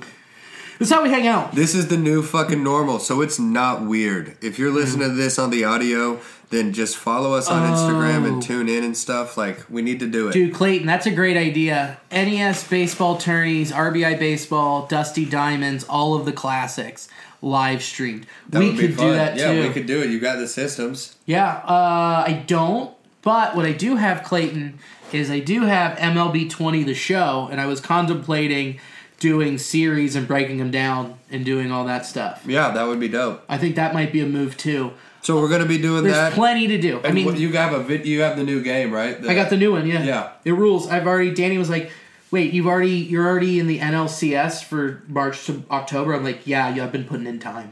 Speaker 3: That's how we hang out.
Speaker 4: this is the new fucking normal, so it's not weird. If
Speaker 3: Mm-hmm.
Speaker 4: you're listening to this on the audio, then just follow us on Instagram and tune in and stuff. Like, we need to do it.
Speaker 3: Oh. Dude, Clayton, that's a great idea. NES baseball tourneys, RBI baseball, Dusty Diamonds, all of the classics live streamed.
Speaker 4: That
Speaker 3: we
Speaker 4: would be
Speaker 3: could
Speaker 4: fun.
Speaker 3: do that
Speaker 4: yeah,
Speaker 3: too.
Speaker 4: we could do it. You got the systems.
Speaker 3: Yeah, uh, I don't. But what I do have, Clayton, is I do have MLB 20 the show, and I was contemplating doing series and breaking them down and doing all that stuff.
Speaker 4: Yeah, that would be dope.
Speaker 3: I think that might be a move too.
Speaker 4: So we're gonna be doing
Speaker 3: There's
Speaker 4: that.
Speaker 3: plenty to do. I
Speaker 4: And
Speaker 3: mean,
Speaker 4: what- you have a vid- you have the new game, right?
Speaker 3: I got the new one. Yeah,
Speaker 4: Yeah.
Speaker 3: It rules. I've already. Danny was like, "Wait, you've already you're already in the NLCS for March to October." I'm like, "Yeah, yeah, I've been putting in time.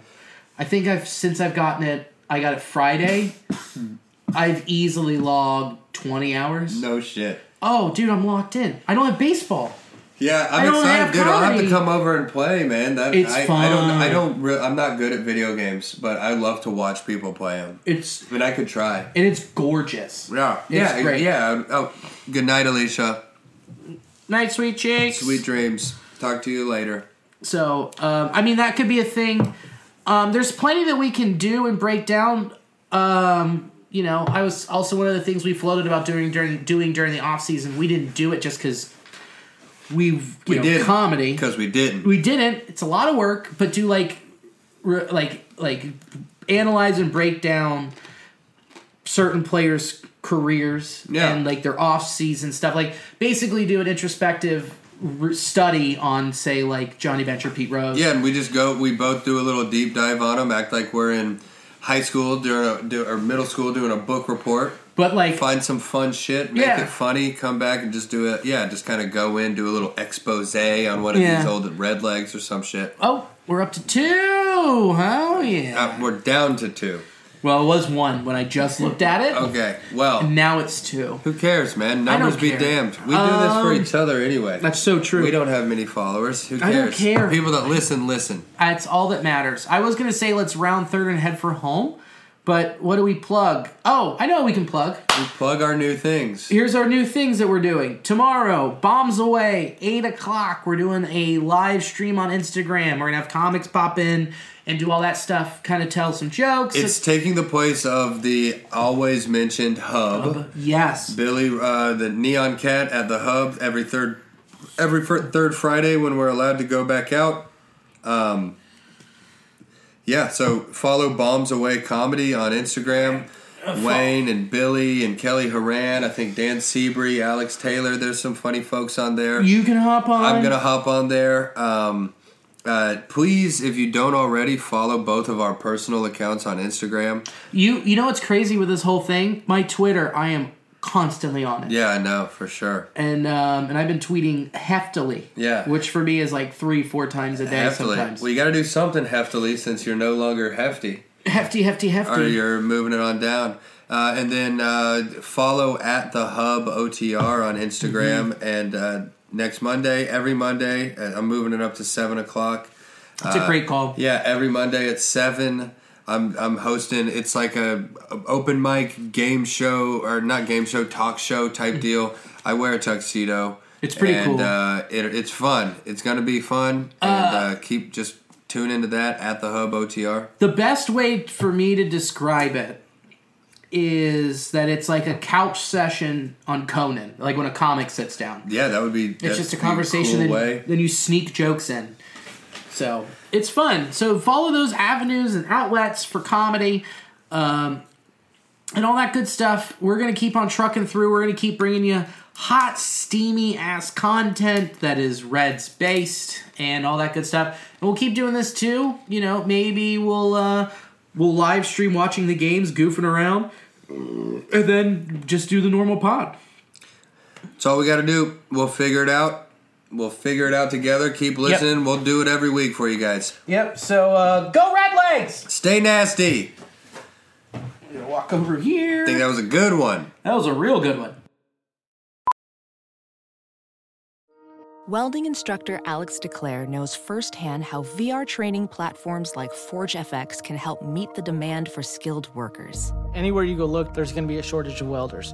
Speaker 3: I think I've since I've gotten it. I got it Friday.
Speaker 4: [LAUGHS]
Speaker 3: I've easily logged 20 hours.
Speaker 4: no shit.
Speaker 3: Oh, dude, I'm locked in. I don't have baseball.
Speaker 4: Yeah,
Speaker 3: I
Speaker 4: I'm
Speaker 3: don't
Speaker 4: excited,
Speaker 3: have
Speaker 4: dude. I'll have to
Speaker 3: comedy.
Speaker 4: come over and play, man. That,
Speaker 3: It's
Speaker 4: I, I don't. I
Speaker 3: fun.
Speaker 4: don't. Re- I'm not good at video games, but I love to watch people play them.
Speaker 3: It's
Speaker 4: I mean, I could try.
Speaker 3: and it's gorgeous.
Speaker 4: Yeah,
Speaker 3: It's
Speaker 4: yeah,
Speaker 3: great.
Speaker 4: yeah. Oh, good night, Alicia.
Speaker 3: Night, sweet cheeks.
Speaker 4: Sweet dreams. Talk to you later.
Speaker 3: So, um, I mean, that could be a thing. Um, there's plenty that we can do and break down. Um, you know, I was also one of the things we floated about doing during doing during the off season. We didn't do it just because we've you
Speaker 4: We
Speaker 3: know,
Speaker 4: did
Speaker 3: comedy.
Speaker 4: because we didn't.
Speaker 3: We didn't. It's a lot of work, but do like re- like like analyze and break down certain players' careers
Speaker 4: Yeah.
Speaker 3: and like their off season stuff. Like basically do an introspective re- study on say like Johnny Venture, Pete Rose.
Speaker 4: yeah, and we just go. We both do a little deep dive on them. Act like we're in high school doing a do, or middle school doing a book report.
Speaker 3: But like
Speaker 4: Find some fun shit, make
Speaker 3: Yeah.
Speaker 4: it funny, come back and just do it. Yeah, just kind of go in, do a little expose on one of
Speaker 3: Yeah.
Speaker 4: these old red legs or some shit.
Speaker 3: oh, we're up to two. Oh yeah.
Speaker 4: Uh, we're down to two.
Speaker 3: well, it was one when I just looked at it.
Speaker 4: Okay, well,
Speaker 3: Now it's two.
Speaker 4: who cares, man?
Speaker 3: I don't
Speaker 4: Numbers be
Speaker 3: care.
Speaker 4: damned. We do this for
Speaker 3: Um,
Speaker 4: each other anyway.
Speaker 3: That's so true.
Speaker 4: We don't have many followers. Who
Speaker 3: I
Speaker 4: cares?
Speaker 3: don't care.
Speaker 4: People that listen, listen.
Speaker 3: That's all that matters. I was gonna say let's round third and head for home, But what do we plug? Oh, I know what we can plug.
Speaker 4: Plug our new things.
Speaker 3: Here's our new things that we're doing. Tomorrow, Bombs Away, 8 o'clock, we're doing a live stream on Instagram. We're going to have comics pop in and do all that stuff, kind of tell some jokes.
Speaker 4: It's taking the place of the always mentioned hub.
Speaker 3: yes.
Speaker 4: Billy, uh, the neon cat at the hub every third every fir- third Friday when we're allowed to go back out. Um, yeah, so follow Bombs Away Comedy on Instagram.
Speaker 3: Uh,
Speaker 4: Wayne and Billy and Kelly Horan. I think Dan Seabree, Alex Taylor. There's some funny folks on there.
Speaker 3: You can hop on.
Speaker 4: I'm gonna hop on there. Um, uh, please, if you don't already, follow both of our personal accounts on Instagram.
Speaker 3: You you know what's crazy with this whole thing? My Twitter, I am constantly on it.
Speaker 4: Yeah, I know for sure.
Speaker 3: And um, and I've been tweeting heftily.
Speaker 4: Yeah.
Speaker 3: Which for me is like three, four times a day
Speaker 4: Heftily.
Speaker 3: sometimes.
Speaker 4: Well, you got to do something heftily since you're no longer hefty,
Speaker 3: hefty, hefty, hefty.
Speaker 4: or you're moving it on down. Uh, and then uh, follow at the Hub OTR on Instagram.
Speaker 3: Mm-hmm.
Speaker 4: And uh, next Monday, every Monday, uh, I'm moving it up to seven o'clock.
Speaker 3: it's a great call.
Speaker 4: uh, Yeah, every Monday at seven. I'm I'm hosting. It's like a, a open mic game show or not game show talk show type deal. I wear a tuxedo.
Speaker 3: Mm-hmm. It's pretty
Speaker 4: and,
Speaker 3: cool.
Speaker 4: Uh, it, it's fun. It's gonna be fun. and uh, keep just tune into that at the Hub OTR.
Speaker 3: The best way for me to describe it is that it's like a couch session on Conan, like when a comic sits down.
Speaker 4: Yeah, that would be.
Speaker 3: It's
Speaker 4: that'd
Speaker 3: just a
Speaker 4: be
Speaker 3: conversation, then,
Speaker 4: cool way.
Speaker 3: then you sneak jokes in. So it's fun. So follow those avenues and outlets for comedy um, and all that good stuff. We're going to keep on trucking through. We're going to keep bringing you hot, steamy ass content that is Reds based and all that good stuff. And we'll keep doing this too. You know, maybe we'll. Uh, We'll live stream watching the games, goofing around, and then just do the normal pod.
Speaker 4: It's all we got to do. We'll figure it out. We'll figure it out together. Keep listening. We'll do it every week for you guys.
Speaker 3: Yep. So uh, go Red Legs.
Speaker 4: Stay nasty.
Speaker 3: Walk over here.
Speaker 4: I think that was a good one.
Speaker 3: That was a real good one.
Speaker 1: Welding instructor Alex DeClaire knows firsthand how VR training platforms like ForgeFX can help meet the demand for skilled workers.
Speaker 12: Anywhere you go look, there's going to be a shortage of welders.